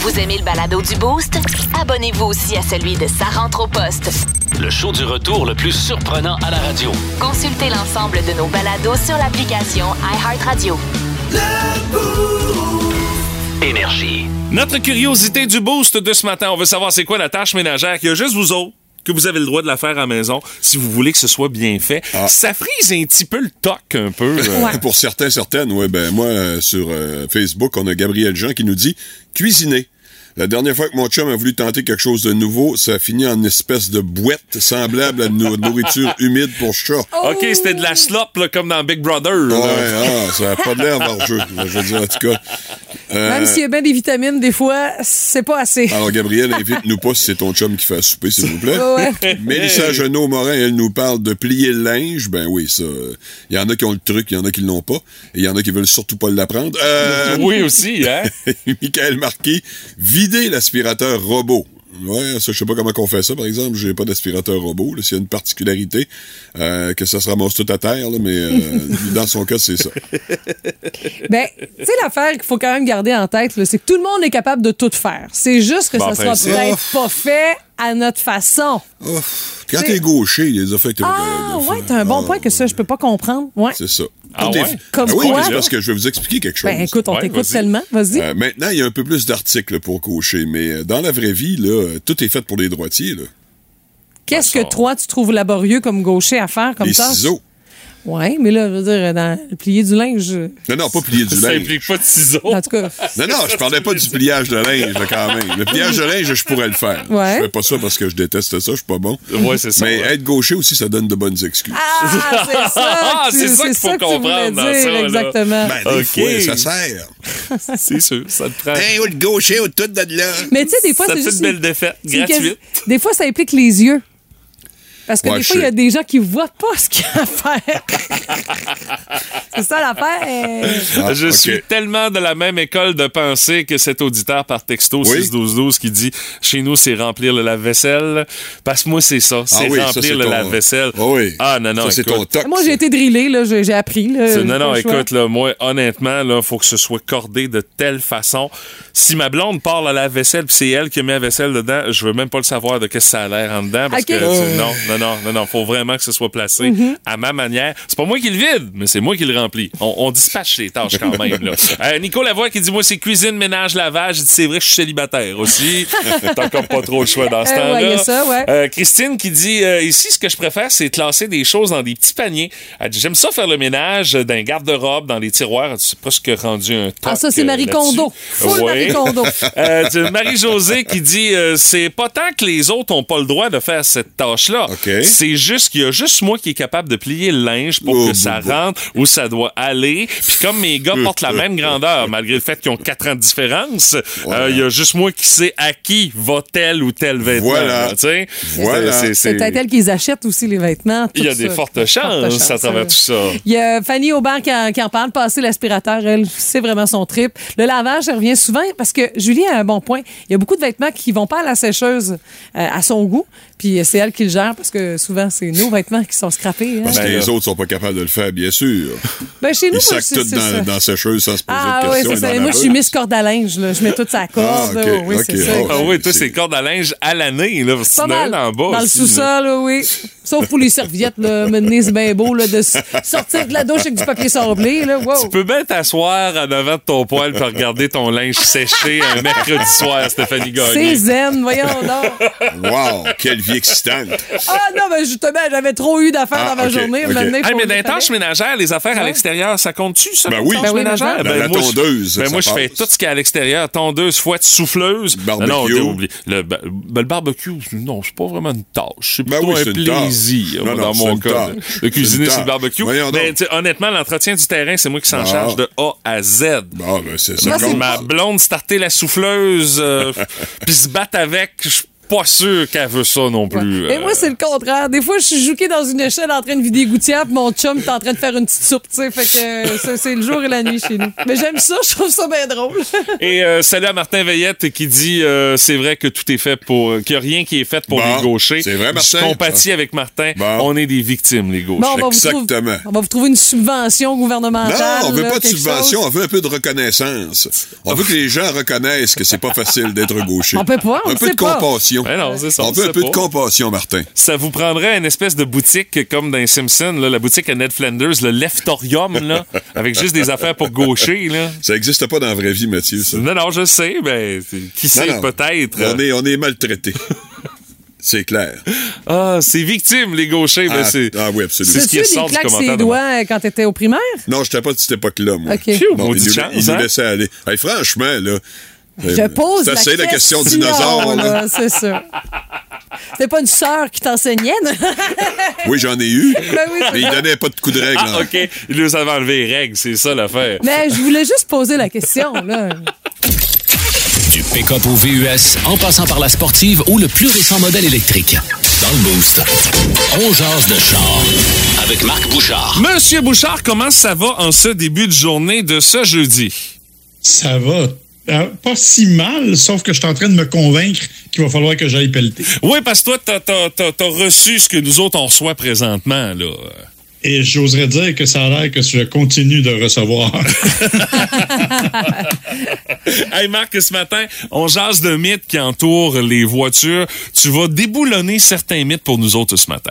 Speaker 3: Vous aimez le balado du Boost? Abonnez-vous aussi à celui de Sa rentre au poste.
Speaker 6: Le show du retour le plus surprenant à la radio.
Speaker 3: Consultez l'ensemble de nos balados sur l'application iHeartRadio.
Speaker 6: Énergie.
Speaker 1: Notre curiosité du boost de ce matin, on veut savoir c'est quoi la tâche ménagère qu'il y a juste vous autres que vous avez le droit de la faire à la maison si vous voulez que ce soit bien fait.
Speaker 11: Ah.
Speaker 1: Ça frise un petit peu le toc un peu. là.
Speaker 11: [LAUGHS] Pour certains, certaines, ouais, ben moi, euh, sur euh, Facebook, on a Gabriel Jean qui nous dit cuisiner. La dernière fois que mon chum a voulu tenter quelque chose de nouveau, ça a fini en espèce de boîte semblable à une nou- nourriture humide pour chat.
Speaker 1: [LAUGHS] OK, c'était de la slop là, comme dans Big Brother. là.
Speaker 11: Ouais, ah, ça n'a pas de l'air vargeux. Je veux dire, en tout cas. euh,
Speaker 2: Même s'il y a bien des vitamines, des fois, c'est pas
Speaker 1: Ah,
Speaker 2: assez.
Speaker 11: alors, Gabriel, invite-nous pas si c'est ton chum qui fait à souper, s'il vous plaît.
Speaker 2: Ouais.
Speaker 11: Mélissa Genot-Morin, elle nous parle de plier le linge. Ben oui, ça. Il y en a qui ont le truc, il y en a qui l'ont pas. Et il y en a qui veulent surtout pas l'apprendre. Euh,
Speaker 1: Oui aussi, hein?
Speaker 11: Michael Marquis, vider l'aspirateur robot. Ouais, ça, je sais pas comment qu'on fait ça, par exemple. J'ai pas d'aspirateur robot. là. S'il y a une particularité, euh, que ça se ramasse tout à terre, là, mais euh, dans son cas, c'est ça.
Speaker 2: [LAUGHS] Ben,
Speaker 1: Euh,
Speaker 2: tu sais, l'affaire qu'il faut quand même garder en tête, là, c'est que tout le monde est capable de tout faire. C'est juste que
Speaker 1: Bon,
Speaker 2: ça sera
Speaker 1: principe.
Speaker 2: peut-être pas fait à notre façon.
Speaker 11: Ouf. Oh, Quand t'es gaucher, il y a des
Speaker 1: ben,
Speaker 11: effets que t'as
Speaker 2: Ah,
Speaker 11: de- de-
Speaker 2: ouais, t'as un bon
Speaker 1: Euh,
Speaker 11: Ah,
Speaker 2: point que ça, je peux pas comprendre. Ouais.
Speaker 11: C'est ça.
Speaker 1: Ah
Speaker 11: Tout est-
Speaker 1: ouais?
Speaker 2: Comme
Speaker 11: Ah oui,
Speaker 2: quoi?
Speaker 11: c'est parce que je vais vous expliquer quelque chose.
Speaker 2: Ben, écoute, on
Speaker 1: Ouais,
Speaker 2: t'écoute
Speaker 1: vas-y.
Speaker 2: tellement. Vas-y.
Speaker 11: Euh, maintenant, il y a un peu plus d'articles pour cocher, mais euh, dans la vraie vie, là, euh, tout est fait pour les droitiers. Là.
Speaker 2: Qu'est-ce que toi, tu trouves laborieux comme gaucher à faire comme
Speaker 11: les
Speaker 2: ça?
Speaker 11: ciseaux.
Speaker 2: Ouais, mais là, je veux dire, dans le plier du linge. euh,
Speaker 11: Non, non, pas plier [LAUGHS] du
Speaker 1: [LAUGHS] Ça
Speaker 11: linge.
Speaker 1: implique pas de ciseaux.
Speaker 2: En
Speaker 1: [LAUGHS]
Speaker 2: tout cas, Ah,
Speaker 11: Non, non, je parlais pas du pliage de linge, là, quand même. Le pliage de linge, je pourrais le faire.
Speaker 2: Ouais.
Speaker 11: Je fais pas ça parce que je déteste ça, je suis pas bon.
Speaker 1: Ouais, c'est ça,
Speaker 11: Mais
Speaker 1: ouais.
Speaker 11: être gaucher aussi, ça donne de bonnes excuses.
Speaker 2: ah, c'est ça.
Speaker 1: Ah,
Speaker 2: que tu-
Speaker 1: c'est ça qu'il faut
Speaker 2: que tu
Speaker 1: comprendre
Speaker 2: voulais
Speaker 1: dans
Speaker 2: dire,
Speaker 1: ça, là.
Speaker 2: Exactement.
Speaker 11: Ben, des
Speaker 1: ok. Ah.
Speaker 11: fois, ça sert.
Speaker 1: C'est sûr, ça te prend.
Speaker 11: Hein, où le gaucher, où tout de là.
Speaker 2: mais tu sais, des fois,
Speaker 1: ça
Speaker 2: c'est
Speaker 1: fait
Speaker 2: Ah, juste.
Speaker 1: une belle défaite
Speaker 2: c'est une
Speaker 1: gratuite.
Speaker 2: question- Des fois, ça implique les yeux. Parce que
Speaker 11: Ouais,
Speaker 2: des
Speaker 11: je
Speaker 2: fois, il y a
Speaker 11: sais.
Speaker 2: des gens qui voient pas ce qu'il y a à faire. [LAUGHS] c'est ça l'affaire.
Speaker 11: Ah,
Speaker 1: je
Speaker 11: ok.
Speaker 1: suis tellement de la même école de pensée que cet auditeur par texto
Speaker 11: Oui.
Speaker 1: 61212 qui dit chez nous c'est remplir le lave-vaisselle parce que moi c'est ça, c'est
Speaker 11: Ah oui, ça,
Speaker 1: remplir
Speaker 11: c'est
Speaker 1: le
Speaker 11: ton-
Speaker 1: lave-vaisselle.
Speaker 11: Ah oui.
Speaker 1: Ah non non,
Speaker 11: Ça, c'est ton
Speaker 1: écoute.
Speaker 11: toc.
Speaker 2: Moi, j'ai été drillée, là, j'ai j'ai appris. Là,
Speaker 1: C'est-
Speaker 2: pas
Speaker 1: Non, non,
Speaker 2: le choix.
Speaker 1: écoute, là, moi, honnêtement, là, faut que ce soit cordé de telle façon. Si ma blonde parle à la vaisselle, puis c'est elle qui a mis la vaisselle dedans, je veux même pas le savoir de qu'est-ce que ça a l'air en dedans, parce
Speaker 2: Ok.
Speaker 1: que, tu- non, non, non, non, non. Faut vraiment que ce soit placé
Speaker 2: Mhm.
Speaker 1: à ma manière. C'est pas moi qui le vide, mais c'est moi qui le remplis. On, on dispatche les tâches quand même. Là. Euh, Nico Lavoie qui dit Moi, c'est cuisine, ménage, lavage. Je dis, C'est vrai, que je suis célibataire aussi. T'as encore pas trop le choix dans ce
Speaker 2: Euh,
Speaker 1: temps-là.
Speaker 2: ouais, y a ça, ouais.
Speaker 1: Euh, Christine qui dit euh, Ici, ce que je préfère, c'est classer des choses dans des petits paniers. Elle dit J'aime ça faire le ménage dans d'un garde-robe, dans les tiroirs. Elle dit, C'est presque rendu un
Speaker 2: Ah, ça,
Speaker 1: toc,
Speaker 2: c'est
Speaker 1: euh,
Speaker 2: Marie Kondo.
Speaker 1: là-dessus.
Speaker 2: Full Marie
Speaker 1: [LAUGHS]
Speaker 2: Kondo.
Speaker 1: Euh, du Marie-Josée qui dit euh, C'est pas tant que les autres ont pas le droit de faire cette tâche-là. C'est juste qu'il y a juste moi qui est capable de plier le linge pour
Speaker 11: Oh
Speaker 1: que ça rentre où ça doit aller. Puis comme mes gars portent la même grandeur, malgré le fait qu'ils ont quatre ans de différence, euh, il y a juste moi qui sais à qui va tel ou tel vêtement.
Speaker 11: Voilà.
Speaker 1: là, tu sais.
Speaker 11: Voilà.
Speaker 1: C'est- c'est-
Speaker 2: C'est Ah, peut-être elle qu'ils achètent aussi les vêtements. tout
Speaker 1: Il y a
Speaker 2: ça.
Speaker 1: des fortes chances à travers
Speaker 2: euh.
Speaker 1: tout ça.
Speaker 2: Il y a Fanny Aubert qui en, qui en parle. Passer l'aspirateur, elle, c'est vraiment son trip. Le lavage, ça revient souvent parce que Julie a un bon point. Il y a beaucoup de vêtements qui vont pas à la sécheuse euh, à son goût. Puis euh, c'est elle qui le gère parce que souvent, c'est nos vêtements qui sont scrappés. hein.
Speaker 1: Ben
Speaker 11: Parce que les autres sont pas capables de le faire, bien sûr.
Speaker 2: Ben, chez
Speaker 11: Ben,
Speaker 2: nous,
Speaker 11: Ils
Speaker 2: moi,
Speaker 11: sacent
Speaker 2: c'est-
Speaker 11: tout
Speaker 2: c'est ça.
Speaker 11: dans, dans la sécheuse sans se poser
Speaker 2: Ah
Speaker 11: de
Speaker 2: oui,
Speaker 11: questions.
Speaker 2: c'est
Speaker 11: et dans
Speaker 2: ça.
Speaker 11: la
Speaker 2: Et Moi, je suis
Speaker 11: rue.
Speaker 2: Miss corde à linge. là. Je mets toute sa corde.
Speaker 11: Ah, ok,
Speaker 2: oui,
Speaker 11: ok.
Speaker 2: c'est ça.
Speaker 11: Ah,
Speaker 1: Ah oui, toi, c'est cordes à linge à l'année, là. parce que
Speaker 2: Pas
Speaker 1: tu en as
Speaker 2: mal.
Speaker 1: une en bas.
Speaker 2: Dans le
Speaker 1: aussi, là.
Speaker 2: sous-sol, oui. Sauf pour les serviettes, là. Mener, c'est bien beau, là, de s- sortir de la douche avec du papier sablé, là. Wow.
Speaker 1: Tu peux bien t'asseoir en avant de ton poêle pour regarder ton linge sécher un mercredi soir, Stéphanie
Speaker 2: C'est
Speaker 1: Gagné.
Speaker 2: zen, voyons donc.
Speaker 11: Wow, quelle vie excitante.
Speaker 2: Ah non, mais justement, j'avais trop eu d'affaires
Speaker 1: Ah,
Speaker 2: dans ma
Speaker 1: ok,
Speaker 2: journée.
Speaker 1: ok.
Speaker 2: maintenant, il
Speaker 1: Hey,
Speaker 2: faut
Speaker 1: mais
Speaker 2: que
Speaker 1: dans
Speaker 2: je
Speaker 1: les tâches ménagères, les affaires à l'extérieur, ça compte-tu, ça?
Speaker 11: Ben
Speaker 1: les
Speaker 11: oui.
Speaker 1: tâches
Speaker 11: Ben oui,
Speaker 1: ménagères?
Speaker 11: ben la
Speaker 1: moi, je-
Speaker 11: tondeuse,
Speaker 1: Ben
Speaker 11: ça
Speaker 1: moi, je fais tout ce qui est à l'extérieur. Tondeuse, fouette, souffleuse. Barbecue. Non, t'as oublié. Le, ba- ben, le barbecue, non, c'est pas vraiment une tâche. C'est plutôt
Speaker 11: Ben oui, c'est
Speaker 1: un
Speaker 11: une tâche.
Speaker 1: plaisir,
Speaker 11: Non,
Speaker 1: moi,
Speaker 11: non,
Speaker 1: dans
Speaker 11: c'est
Speaker 1: mon
Speaker 11: une
Speaker 1: cas.
Speaker 11: tâche. C'est
Speaker 1: Le
Speaker 11: une
Speaker 1: cuisiner, c'est le
Speaker 11: tâche.
Speaker 1: barbecue.
Speaker 11: Voyons
Speaker 1: Mais
Speaker 11: donc.
Speaker 1: tu sais, honnêtement, l'entretien du terrain, c'est moi qui s'en
Speaker 11: Ah.
Speaker 1: charge de A à Z.
Speaker 11: Bon, ben, c'est
Speaker 1: Ma-
Speaker 11: ça. compte.
Speaker 1: Ma blonde starter la
Speaker 11: [LAUGHS]
Speaker 1: souffleuse, euh, puis se battre avec, je suis pas sûr qu'elle veut ça non plus.
Speaker 2: Mais
Speaker 1: euh.
Speaker 2: moi, c'est le contraire. Des fois, je suis jouée dans une échelle en train de vider les gouttières, puis mon chum est en train de faire une petite soupe, tu sais. Fait que euh, ça, c'est le jour et la nuit chez nous. Mais j'aime ça, je trouve ça bien
Speaker 1: [LAUGHS]
Speaker 2: drôle.
Speaker 1: Et euh, salut à Martin Veillette qui dit euh, c'est vrai que tout est fait pour euh, qu'il n'y a rien qui est fait pour
Speaker 11: Bon,
Speaker 1: les gauchers.
Speaker 11: c'est vrai, Martin.
Speaker 1: Je compatis avec Martin. On est des victimes les gauchers.
Speaker 2: Bon, on, va vous trouver, on va vous trouver une subvention gouvernementale.
Speaker 11: Non, on veut
Speaker 2: là,
Speaker 11: pas de
Speaker 2: quelque
Speaker 11: subvention,
Speaker 2: chose.
Speaker 11: on veut un peu de reconnaissance. On veut que les gens reconnaissent que c'est pas facile d'être gaucher.
Speaker 2: On peut pas, on
Speaker 11: Un
Speaker 2: le
Speaker 11: peu
Speaker 2: sait
Speaker 11: de
Speaker 2: pas.
Speaker 11: compassion.
Speaker 1: Ben non, c'est ça, on
Speaker 11: On veut
Speaker 1: sait
Speaker 11: un peu
Speaker 1: pas.
Speaker 11: de compassion, Martin.
Speaker 1: Ça vous prendrait une espèce de boutique comme dans les Simpsons, là, la boutique à Ned Flanders, le Leftorium,
Speaker 11: [LAUGHS]
Speaker 1: là, avec juste des affaires pour gauchers. Là.
Speaker 11: Ça n'existe pas dans la vraie vie, Mathieu, ça.
Speaker 1: Non, non, je sais, mais qui
Speaker 11: Non,
Speaker 1: sait
Speaker 11: non.
Speaker 1: peut-être. euh,
Speaker 11: On est, on est
Speaker 1: [LAUGHS]
Speaker 11: maltraité. c'est clair.
Speaker 1: Ah, c'est victime, les gauchers. ben,
Speaker 11: Ah,
Speaker 1: c'est
Speaker 11: ah oui, absolument.
Speaker 1: c'est ce
Speaker 2: T'as-tu
Speaker 1: qui
Speaker 2: des
Speaker 1: ressort du
Speaker 2: claques
Speaker 1: commentaire de
Speaker 2: ses doigts euh, quand t'étais au primaire?
Speaker 11: Non, j'étais pas de cette époque-là, moi.
Speaker 2: Ok. Phew,
Speaker 11: il,
Speaker 1: maudite
Speaker 11: nous,
Speaker 1: chance,
Speaker 11: il nous
Speaker 1: hein?
Speaker 11: laissait aller. Hey, franchement, là.
Speaker 2: Je pose la
Speaker 11: Euh, C'est
Speaker 2: question.
Speaker 11: la question dinosaure, là.
Speaker 2: là, C'est ça. C'était pas une sœur qui t'enseignait, non? [LAUGHS]
Speaker 11: Oui, j'en ai eu.
Speaker 2: Ben oui, c'est
Speaker 11: mais il
Speaker 2: ça.
Speaker 11: donnait pas de coup de règle.
Speaker 1: Ah,
Speaker 11: hein.
Speaker 1: OK. Ils nous avaient enlevé les règles, c'est ça l'affaire.
Speaker 2: Mais je voulais juste poser la question, là.
Speaker 6: Du pick-up au VUS, en passant par la sportive ou le plus récent modèle électrique. Dans le Boost, on jase de char avec Marc Bouchard.
Speaker 1: Monsieur Bouchard, comment ça va en ce début de journée de ce jeudi?
Speaker 12: Ça va. Euh, pas si mal, sauf que je suis en train de me convaincre qu'il va falloir que j'aille pelleter.
Speaker 1: Oui, parce que toi, t'as, t'as- t'as- t'as reçu ce que nous autres on reçoit présentement, là. [LAUGHS]
Speaker 12: Et j'oserais dire que ça a l'air que je continue de recevoir. [LAUGHS]
Speaker 1: hey Marc, ce matin, on jase de mythes qui entourent les voitures. Tu vas déboulonner certains mythes pour nous autres ce matin.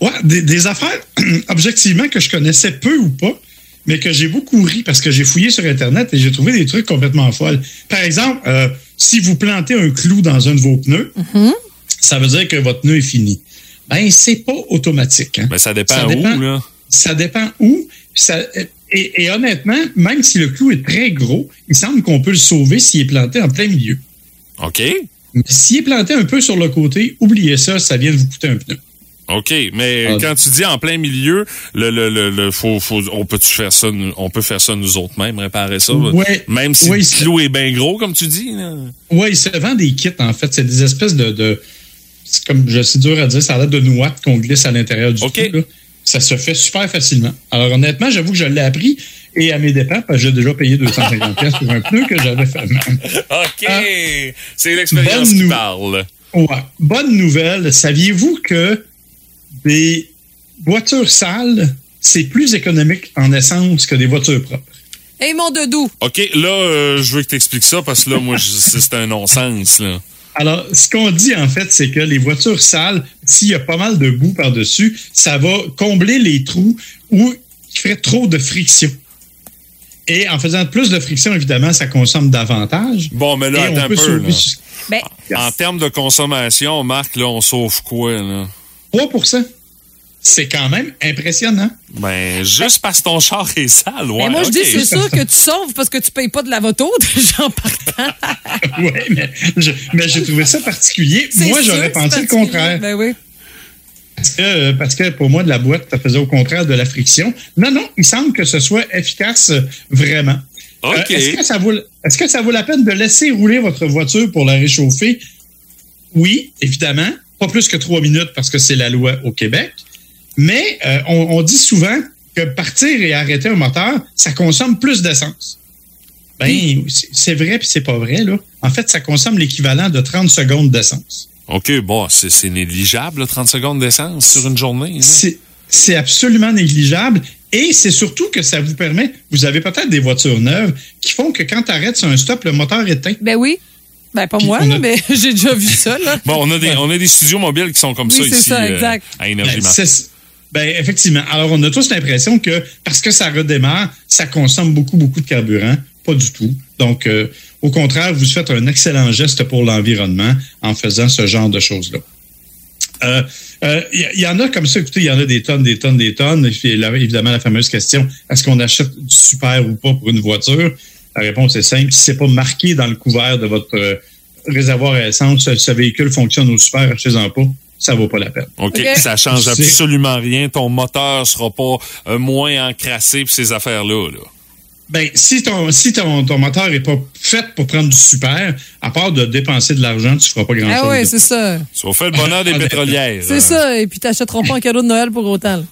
Speaker 12: ouais, des, des affaires, [CLEARS THROAT] objectivement, que je connaissais peu ou pas, mais que j'ai beaucoup ri parce que j'ai fouillé sur Internet et j'ai trouvé des trucs complètement folles. Par exemple, euh, si vous plantez un clou dans un de vos pneus,
Speaker 10: Mhm.
Speaker 12: ça veut dire que votre pneu est fini. Ben, c'est pas automatique. hein.
Speaker 1: Mais ça dépend,
Speaker 12: Ça dépend.
Speaker 1: où, là.
Speaker 12: Ça dépend où. Ça- et, et honnêtement, même si le clou est très gros, il semble qu'on peut le sauver s'il est planté en plein milieu.
Speaker 1: OK?
Speaker 12: Mais s'il est planté un peu sur le côté, oubliez ça, ça vient de vous coûter un pneu.
Speaker 1: OK, mais
Speaker 12: Ah.
Speaker 1: quand tu dis en plein milieu, le, le, le, le- faut, faut, on peut faire ça, nous- on peut faire ça nous autres même, réparer ça, là.
Speaker 12: Ouais.
Speaker 1: même si
Speaker 12: Ouais,
Speaker 1: le
Speaker 12: c'est-
Speaker 1: clou est bien gros, comme tu dis. là.
Speaker 12: Oui, il se vend des kits, en fait. C'est des espèces de. de- c'est comme, je sais dur à dire, ça a l'air de nouattes qu'on glisse à l'intérieur du clou, là. Ça se fait super facilement. Alors, honnêtement, j'avoue que je l'ai appris et à mes dépens, parce que j'ai déjà payé 250 pièces pour un pneu que j'avais fait moi-même.
Speaker 1: OK!
Speaker 12: Ah.
Speaker 1: C'est l'expérience
Speaker 12: Bonne
Speaker 1: qui
Speaker 12: nou-
Speaker 1: parle.
Speaker 12: Ouais. Bonne nouvelle. Saviez-vous que des voitures sales, c'est plus économique en essence que des voitures propres?
Speaker 2: Et mon dedou.
Speaker 1: OK, là, euh, je veux que tu expliques ça parce que là, moi, je- c'est c'est un non-sens. là.
Speaker 12: Alors, ce qu'on dit, en fait, c'est que les voitures sales, s'il y a pas mal de boue par-dessus, ça va combler les trous où il ferait trop de friction. Et en faisant plus de friction, évidemment, ça consomme davantage.
Speaker 1: Bon, mais là,
Speaker 12: Et on
Speaker 1: attends un
Speaker 12: peut
Speaker 1: peu.
Speaker 12: sauver
Speaker 1: là.
Speaker 12: jusqu'à
Speaker 2: Ben,
Speaker 1: En termes de consommation, Marc, là, on sauve quoi, là?
Speaker 12: 3 C'est quand même impressionnant. [LAUGHS]
Speaker 1: Ben, juste parce que ton char est sale, ouais.
Speaker 2: Mais Ben, moi, je dis,
Speaker 1: ok.
Speaker 2: c'est sûr que tu sauves parce que tu payes pas de la voto, [LAUGHS] déjà, en partant.
Speaker 12: oui, mais je- mais j'ai trouvé ça particulier.
Speaker 2: C'est
Speaker 12: Moi,
Speaker 2: sûr
Speaker 12: j'aurais
Speaker 2: que
Speaker 12: pensé
Speaker 2: c'est
Speaker 12: le contraire.
Speaker 2: Ben oui.
Speaker 12: Parce que, euh, parce que pour moi, de la boîte, ça faisait au contraire de la friction. Non, non, il semble que ce soit efficace euh, vraiment.
Speaker 1: OK.
Speaker 12: est-ce, que ça vaut, est-ce que ça vaut la peine de laisser rouler votre voiture pour la réchauffer? Oui, évidemment. Pas plus que trois minutes parce que c'est la loi au Québec. Mais euh, on, on dit souvent que partir et arrêter un moteur, ça consomme plus d'essence. Ben, c'est- c'est vrai puis c'est pas vrai, là. En fait, ça consomme l'équivalent de 30 secondes d'essence.
Speaker 1: OK, bon, c'est c'est négligeable, là, 30 secondes d'essence sur une journée. là.
Speaker 12: C'est- C'est absolument négligeable. Et c'est surtout que ça vous permet, vous avez peut-être des voitures neuves qui font que quand tu arrêtes sur un stop, le moteur éteint.
Speaker 2: Ben oui. Ben pas moi,
Speaker 12: on a-
Speaker 2: mais [LAUGHS] j'ai déjà vu ça, là.
Speaker 1: Bon, on a, des, on a des studios mobiles qui sont comme
Speaker 2: Oui,
Speaker 1: ça
Speaker 2: c'est
Speaker 1: ici
Speaker 2: ça,
Speaker 1: euh,
Speaker 2: exact.
Speaker 1: à Énergie
Speaker 12: Ben,
Speaker 1: Marc.
Speaker 12: c'est- ben, effectivement. Alors, on a tous l'impression que parce que ça redémarre, ça consomme beaucoup, beaucoup de carburant. Pas du tout. Donc, euh, au contraire, vous faites un excellent geste pour l'environnement en faisant ce genre de choses-là. Euh, euh, Il y, il y en a comme ça, écoutez, il y en a des tonnes, des tonnes, des tonnes. Et puis, là, évidemment, la fameuse question, est-ce qu'on achète du super ou pas pour une voiture? La réponse est simple. Si c'est pas marqué dans le couvert de votre euh, réservoir à essence, ce, ce véhicule fonctionne au super, achetez-en pas, ça vaut pas la peine.
Speaker 1: OK, ça change
Speaker 12: C'est-
Speaker 1: absolument rien. Ton moteur sera pas euh, moins encrassé pour ces affaires-là. là.
Speaker 12: Ben, si ton, si ton, ton moteur n'est pas fait pour prendre du super, à part de dépenser de l'argent, tu feras pas grand-chose.
Speaker 2: Ah ouais,
Speaker 12: de-
Speaker 2: c'est ça.
Speaker 1: Sauf le
Speaker 12: [LAUGHS]
Speaker 1: bonheur
Speaker 12: Ah, ben,
Speaker 1: des pétrolières.
Speaker 2: C'est ça. Et puis t'achèteras pas un cadeau de Noël pour autant. là.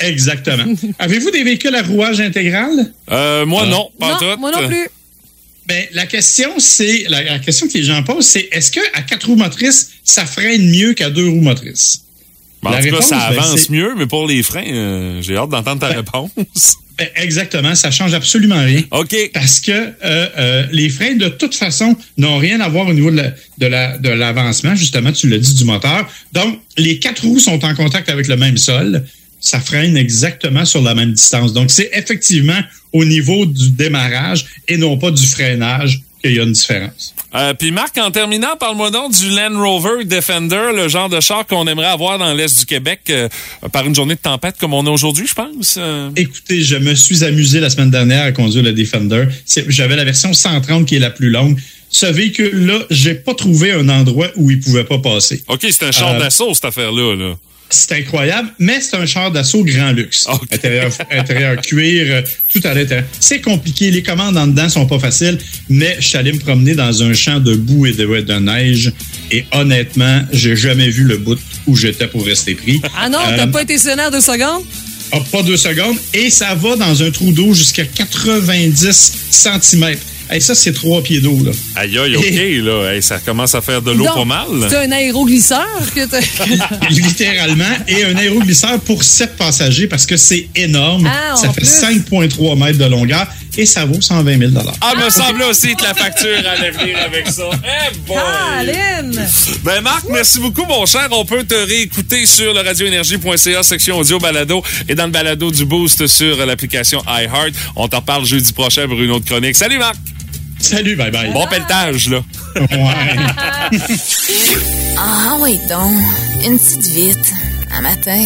Speaker 12: Exactement. Avez-vous des véhicules à rouage intégral?
Speaker 1: Euh, moi, non, pas en
Speaker 12: Non,
Speaker 1: tout.
Speaker 12: moi non
Speaker 1: [LAUGHS]
Speaker 12: plus. Ben, la question, c'est, la, la question que les gens posent, c'est est-ce que à quatre roues motrices, ça freine mieux qu'à deux roues motrices?
Speaker 1: Ben, en
Speaker 12: La
Speaker 1: tout cas,
Speaker 12: réponse,
Speaker 1: ça
Speaker 12: ben,
Speaker 1: avance
Speaker 12: c'est-
Speaker 1: mieux, mais pour les freins, euh, j'ai hâte d'entendre ta réponse.
Speaker 12: [LAUGHS] Ben, exactement, ça change absolument rien.
Speaker 1: OK.
Speaker 12: Parce que euh, euh, les freins, de toute façon, n'ont rien à voir au niveau de la- de la- de l'avancement, justement, tu l'as dit, du moteur. Donc, les quatre roues sont en contact avec le même sol. Ça freine exactement sur la même distance. Donc, c'est effectivement au niveau du démarrage et non pas du freinage qu'il y a une différence.
Speaker 1: Euh, Puis Marc, en terminant, parle-moi donc du Land Rover Defender, le genre de char qu'on aimerait avoir dans l'Est du Québec euh, par une journée de tempête comme on a aujourd'hui, je pense. Euh,
Speaker 12: Écoutez, je me suis amusé la semaine dernière à conduire le Defender. C'est- J'avais la version 130 qui est la plus longue. Ce véhicule-là, j'ai pas trouvé un endroit où il pouvait pas passer.
Speaker 1: OK, c'est un char
Speaker 12: Euh,
Speaker 1: d'assaut, cette affaire-là. Là.
Speaker 12: C'est incroyable, mais c'est un char d'assaut grand luxe. Intérieur, intérieur cuir, euh, tout à l'intérieur. C'est compliqué, les commandes en dedans sont pas faciles, mais je suis allé me promener dans un champ de boue et de, de neige, et honnêtement, j'ai jamais vu le bout où j'étais pour rester pris.
Speaker 2: Ah non,
Speaker 12: Euh,
Speaker 2: t'as pas été sonné deux secondes?
Speaker 12: ah, pas deux secondes. Et ça va dans un trou d'eau jusqu'à 90 cm. Et ça, c'est trois pieds d'eau, là.
Speaker 1: Aïe, aïe, OK, là. Hey, ça commence à faire de l'eau
Speaker 2: Donc,
Speaker 1: pas mal.
Speaker 2: C'est un aéroglisseur que t'as.
Speaker 12: [LAUGHS] Littéralement. Et un aéroglisseur pour sept passagers parce que c'est énorme.
Speaker 2: Ah,
Speaker 12: ça
Speaker 2: en
Speaker 12: fait
Speaker 2: plus.
Speaker 12: 5,3 mètres de longueur et ça vaut 120 000
Speaker 1: Ah, me semblait aussi que la facture allait venir avec ça. Eh boy!
Speaker 2: Aline!
Speaker 1: Ben Marc, merci beaucoup, mon cher. On peut te réécouter sur le radioénergie.ca, section audio balado, et dans le balado du Boost sur l'application iHeart. On t'en parle jeudi prochain pour une autre chronique. Salut Marc!
Speaker 12: Salut, bye bye.
Speaker 1: Bon pelletage, là.
Speaker 13: Ah oui, donc, une petite vite, un matin.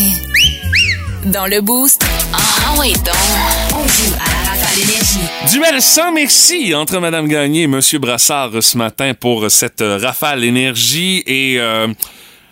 Speaker 13: Dans le boost, ah oui, donc, on joue à la rafale énergie.
Speaker 1: Duel sans merci entre Madame Gagné et Monsieur Brassard euh, ce matin pour euh, cette euh, rafale énergie et euh,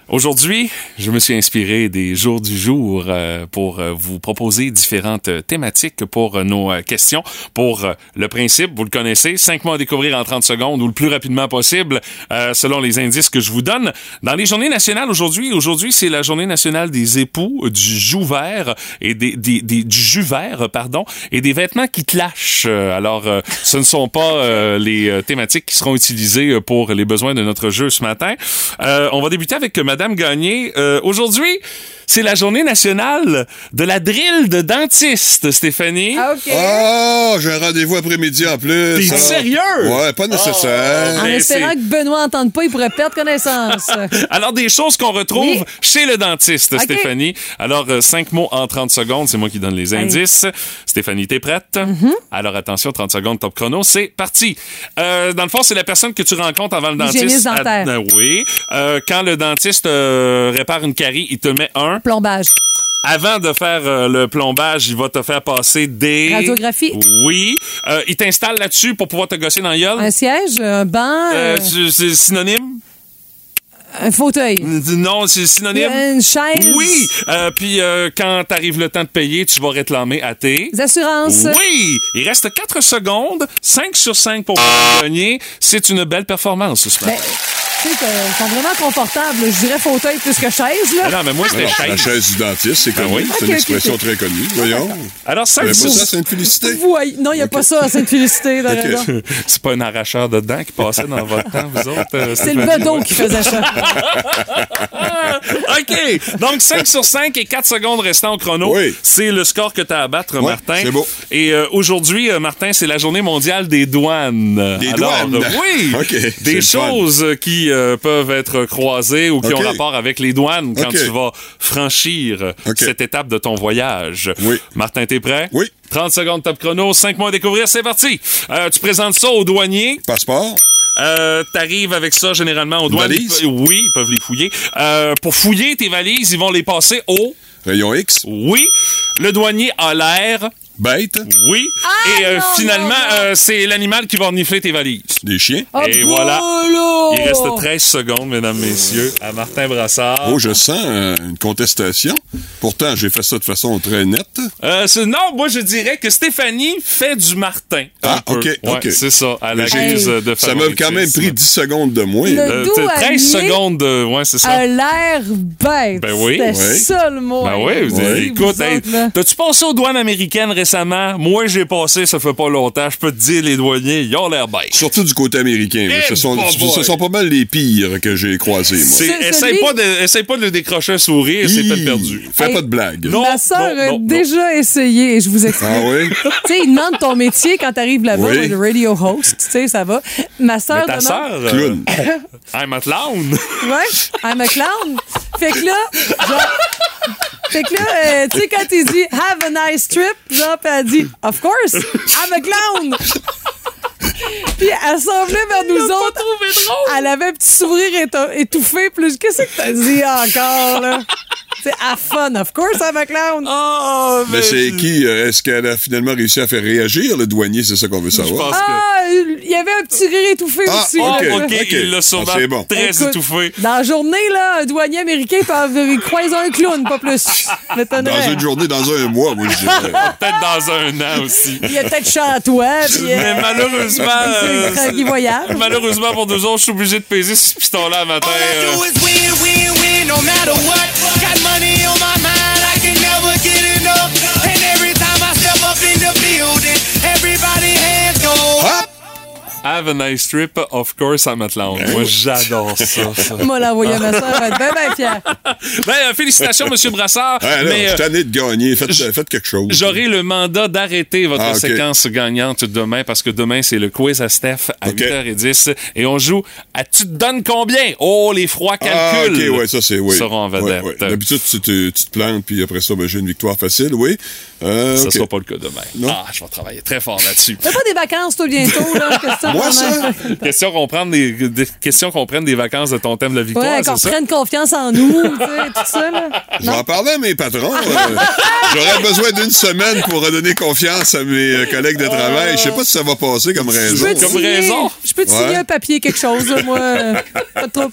Speaker 1: aujourd'hui, je me suis inspiré des jours du jour euh, pour euh, vous proposer différentes euh, thématiques pour euh, nos euh, questions. Pour euh, le principe, vous le connaissez, cinq mois à découvrir en 30 secondes ou le plus rapidement possible euh, selon les indices que je vous donne. Dans les journées nationales aujourd'hui, aujourd'hui c'est la journée nationale des époux, euh, du joux vert et des, des, des- du jus vert, euh, pardon, et des vêtements qui clashent. Euh, Alors, euh, ce ne sont pas euh, les euh, thématiques qui seront utilisées euh, pour les besoins de notre jeu ce matin. Euh, on va débuter avec Mme Madame Gagné. Euh, Aujourd'hui, c'est la journée nationale de la drille de dentiste, Stéphanie.
Speaker 2: Ah, OK.
Speaker 11: Ah, j'ai un rendez-vous après-midi en plus.
Speaker 1: T'es
Speaker 11: Ah.
Speaker 1: sérieux?
Speaker 11: Ouais, pas nécessaire.
Speaker 1: Ah.
Speaker 2: En espérant que Benoît n'entende pas, il pourrait
Speaker 1: [LAUGHS]
Speaker 2: perdre connaissance.
Speaker 1: Alors, des choses qu'on retrouve
Speaker 2: Oui.
Speaker 1: chez le dentiste,
Speaker 2: Ok.
Speaker 1: Stéphanie. Alors, euh, cinq mots en 30 secondes. C'est moi qui donne les
Speaker 2: Allez.
Speaker 1: indices. Stéphanie, t'es prête?
Speaker 2: Mm-hmm.
Speaker 1: Alors, attention, 30 secondes, top chrono. C'est parti. Euh, dans le fond, c'est la personne que tu rencontres avant le dentiste.
Speaker 2: Hygiéniste dentaire.
Speaker 1: euh, oui. Euh, quand le dentiste euh, répare une carie, il te met un.
Speaker 2: Plombage.
Speaker 1: Avant de faire euh, le plombage, il va te faire passer des...
Speaker 2: Radiographie.
Speaker 1: Oui. Euh, il t'installe là-dessus pour pouvoir te gosser dans la gueule.
Speaker 2: Un siège, un banc,
Speaker 1: Euh,
Speaker 2: euh,
Speaker 1: c'est c'est synonyme?
Speaker 2: un fauteuil.
Speaker 1: Non, c'est synonyme.
Speaker 2: Une chaise.
Speaker 1: Oui! Euh, puis euh, quand t'arrive le temps de payer, tu vas réclamer à tes...
Speaker 2: Des assurances.
Speaker 1: Oui! Il reste 4 secondes, 5 sur 5 pour gagner. C'est une belle performance ce matin.
Speaker 2: Ben, tu sais, euh, ils sont vraiment confortables. Je dirais fauteuil plus que chaise, là.
Speaker 1: Ah non, mais moi,
Speaker 2: ben,
Speaker 1: c'était
Speaker 11: Alors,
Speaker 1: chaise. Ah
Speaker 11: La chaise du dentiste, c'est connu.
Speaker 1: oui.
Speaker 11: C'est
Speaker 2: Ok,
Speaker 11: une
Speaker 2: ok,
Speaker 11: expression
Speaker 2: ok.
Speaker 11: très connue. Voyons.
Speaker 1: Alors, ça,
Speaker 2: ben,
Speaker 11: Vous avez
Speaker 1: vous-
Speaker 11: pas ça, Sainte-Félicité?
Speaker 2: Voy- Non, il n'y a pas ça à Sainte-Félicité, t'as raison.
Speaker 1: Ok. [LAUGHS] C'est pas un arracheur de dents qui passait dans votre temps, vous autres. euh,
Speaker 2: C'est le
Speaker 1: Stéphanie?
Speaker 2: bedeau qui faisait ça.
Speaker 1: Ah! [LAUGHS] OK. Donc, 5 sur 5 et 4 secondes restant au chrono. C'est le score que tu as à battre, Martin.
Speaker 11: c'est beau.
Speaker 1: Et euh, aujourd'hui, euh, Martin, c'est la journée mondiale des douanes.
Speaker 11: Des
Speaker 1: Alors,
Speaker 11: douanes.
Speaker 1: euh, oui.
Speaker 11: [LAUGHS] OK, c'est
Speaker 1: Des
Speaker 11: le fun.
Speaker 1: choses euh, qui euh, peuvent être croisées ou qui
Speaker 11: OK.
Speaker 1: ont rapport avec les douanes quand
Speaker 11: OK.
Speaker 1: tu vas franchir cette étape de ton voyage. Oui. Martin, t'es prêt? Oui. 30 secondes top chrono, 5 mois à découvrir, c'est parti. Euh, tu présentes ça au douanier. Passeport. Euh, T'arrives avec ça généralement aux douanes.
Speaker 11: valise?
Speaker 1: Ils pe- Oui, ils peuvent les fouiller. Euh, pour fouiller tes valises, ils vont les passer au... Rayon X. Oui. Le douanier a l'air... Bête. Oui. Et euh, finalement, euh, c'est l'animal qui va renifler tes valises. Des chiens.
Speaker 11: Ah,
Speaker 1: Et voilà.
Speaker 11: brûlot!
Speaker 2: Oh.
Speaker 1: Il reste 13 secondes, mesdames, messieurs, à Martin Brassard.
Speaker 11: Oh, je sens euh, une contestation. Pourtant, j'ai fait ça de façon très nette.
Speaker 1: Euh, c'est- non, moi je dirais que Stéphanie fait du Martin. un
Speaker 11: Ah,
Speaker 1: peu.
Speaker 11: OK,
Speaker 1: Ouais,
Speaker 11: OK.
Speaker 1: C'est ça, à la
Speaker 11: Mais j'ai-
Speaker 1: crise de
Speaker 11: Ça m'a quand même pris 10 secondes de moins.
Speaker 2: Le douanier-
Speaker 1: 13 secondes, de- ouais, c'est ça.
Speaker 2: A l'air bête.
Speaker 1: Ben oui.
Speaker 2: C'était
Speaker 1: Oui.
Speaker 2: ça le mot.
Speaker 1: Ben oui, vous avez- écoute, hey, t'as-tu passé aux douanes américaines récemment? Moi, j'ai passé, ça fait pas longtemps. Je peux te dire, les douaniers, ils ont l'air bêtes.
Speaker 11: Surtout du côté américain.
Speaker 1: Eh,
Speaker 11: Ce sont,
Speaker 1: bah,
Speaker 11: ce
Speaker 1: boy.
Speaker 11: sont pas mal les pires que j'ai croisés, moi.
Speaker 1: C'est- Essaye pas, de, essaye pas de le décrocher un sourire, c'est peine perdue.
Speaker 11: Fais pas de blagues.
Speaker 1: Non,
Speaker 2: Ma sœur
Speaker 1: non,
Speaker 2: a
Speaker 1: non,
Speaker 2: déjà essayé, et je vous explique.
Speaker 11: Ah
Speaker 1: [LAUGHS]
Speaker 11: oui?
Speaker 2: tu sais, il demande ton métier quand t'arrives là-bas,
Speaker 1: Oui.
Speaker 2: ouais, le radio host, tu sais, ça va. Ma sœur
Speaker 1: Mais ta
Speaker 2: demande...
Speaker 1: sœur... euh, I'm a [LAUGHS] clown.
Speaker 2: Ouais, I'm a clown. Fait que là, genre... Fait que là, euh, tu sais, quand il dit « Have a nice trip », genre, pis elle dit « Of course, I'm a clown ». Puis elle s'en venait vers nous autres. Elle avait un petit sourire éto- étouffé. Puis là, je dis, qu'est-ce que t'as dit encore, là? C'est « Have fun, of course, I'm a clown ».
Speaker 1: Oh,
Speaker 11: Mais c'est qui? euh, Est-ce qu'elle a finalement réussi à faire réagir le douanier? C'est ça qu'on veut savoir.
Speaker 2: Ah, il y avait un petit rire étouffé aussi.
Speaker 11: Ah, ok,
Speaker 2: là.
Speaker 11: ok, il l'a sûrement Ah, c'est bon.
Speaker 1: Ah, très
Speaker 2: Écoute,
Speaker 1: étouffé.
Speaker 2: Dans la journée, là, un douanier américain peut croiser un clown, pas plus.
Speaker 11: Dans
Speaker 2: M'étonnerait.
Speaker 11: une journée, dans un mois, moi, je
Speaker 1: [LAUGHS]
Speaker 11: dirais. Ah,
Speaker 1: Peut-être dans un an [LAUGHS] aussi.
Speaker 2: Il y a peut-être chat à toi. puis, euh,
Speaker 1: Mais malheureusement, euh,
Speaker 2: C'est un qui voyage.
Speaker 1: malheureusement pour nous autres, je suis obligé de peser ce piston-là à matin. euh,
Speaker 4: Win, win, win, no matter what. Got money on my mind, I can never get enough. And every time I step up in the building, everybody hands go
Speaker 6: Ah,
Speaker 4: up.
Speaker 1: Have a nice trip, of course, à Matland. Moi, j'adore ça. [LAUGHS] ça.
Speaker 2: Moi, l'envoyer à ma soeur, elle va être bien, bien fière.
Speaker 1: Ben, euh,
Speaker 11: [LAUGHS]
Speaker 1: félicitations, Monsieur Brassard.
Speaker 11: Ah, non,
Speaker 1: mais,
Speaker 11: je
Speaker 1: euh,
Speaker 11: suis tanné de gagner. Faites, faites quelque chose.
Speaker 1: J'aurai le mandat d'arrêter votre
Speaker 11: Ah, ok.
Speaker 1: séquence gagnante demain parce que demain, c'est le quiz à Steph à 8h10 et on joue à Tu te donnes combien? Oh, les froids
Speaker 11: Ah,
Speaker 1: calculs
Speaker 11: OK, ouais, ça, c'est, oui.
Speaker 1: seront en vedette.
Speaker 11: Ouais, ouais. D'habitude, tu te, tu te plantes, puis après ça, ben, j'ai une victoire facile, oui. Euh,
Speaker 1: Ça
Speaker 11: OK.
Speaker 1: sera pas le cas demain. Ah, je vais travailler très fort là-dessus. [LAUGHS]
Speaker 2: Fais pas des vacances, toi, bientôt, là. Question qu'on-
Speaker 1: question qu'on prenne des, des- question qu'on prenne des vacances de ton thème de la victoire,
Speaker 2: Ouais, qu'on
Speaker 1: c'est ça?
Speaker 2: prenne confiance en nous, tu sais, tout ça, là.
Speaker 11: Je vais en parler à mes patrons.
Speaker 1: [LAUGHS]
Speaker 11: euh, J'aurais besoin d'une semaine pour redonner confiance à mes euh, collègues de travail. Je sais pas si ça va passer comme
Speaker 2: Je
Speaker 11: raison.
Speaker 2: peux te signer- Je peux te signer
Speaker 11: Ouais.
Speaker 2: un papier, quelque chose, là, moi. euh, Pas trop.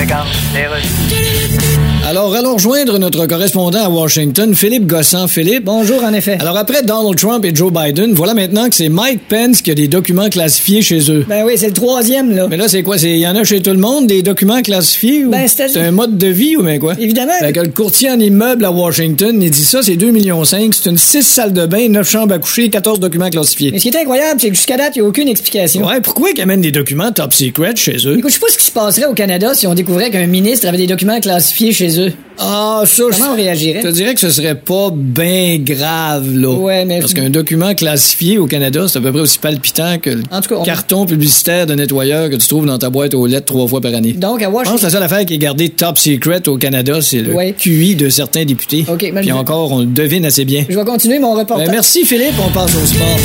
Speaker 14: Regarde, les rues.
Speaker 5: Alors, allons rejoindre notre correspondant à Washington, Philippe Gossan. Philippe. Bonjour, en effet. Alors, après Donald Trump et Joe Biden, voilà maintenant que c'est Mike Pence qui a des documents classifiés chez eux.
Speaker 10: Ben oui, c'est le troisième, là.
Speaker 5: Mais là, c'est quoi? Il y en a chez tout le monde, des documents classifiés? Ou...
Speaker 10: Ben, c'est-
Speaker 5: un mode de vie ou bien quoi? Ben,
Speaker 10: Évidemment.
Speaker 5: Fait que le courtier en immeuble à Washington, il dit ça, c'est 2,5 millions. C'est une 6 salles de bain, 9 chambres à coucher, 14 documents classifiés.
Speaker 10: Mais ce qui est incroyable, c'est que jusqu'à date, il n'y a aucune explication.
Speaker 5: Ouais, pourquoi ils amènent des documents top secret chez eux?
Speaker 10: Écoute, je sais pas ce qui se passerait au Canada si on découvrait qu'un ministre avait des documents classifiés chez eux.
Speaker 5: Ah, ça,
Speaker 10: Comment on réagirait?
Speaker 5: Je te dirais que ce serait pas bien grave, là.
Speaker 10: Ouais, mais-
Speaker 5: Parce qu'un document classifié au Canada, c'est à peu près aussi palpitant que le
Speaker 10: En tout cas, on-
Speaker 5: carton publicitaire de nettoyeur que tu trouves dans ta boîte aux lettres trois fois par année. Ah,
Speaker 10: Donc, à
Speaker 5: Je pense que
Speaker 10: Washington.
Speaker 5: la seule affaire qui est gardée top secret au Canada, c'est le
Speaker 10: Ouais.
Speaker 5: QI de certains députés.
Speaker 10: OK, mais
Speaker 5: Puis
Speaker 10: je-
Speaker 5: encore, on le devine assez bien.
Speaker 10: Je vais continuer mon reportage.
Speaker 5: Ben, merci, Philippe. On passe au sport.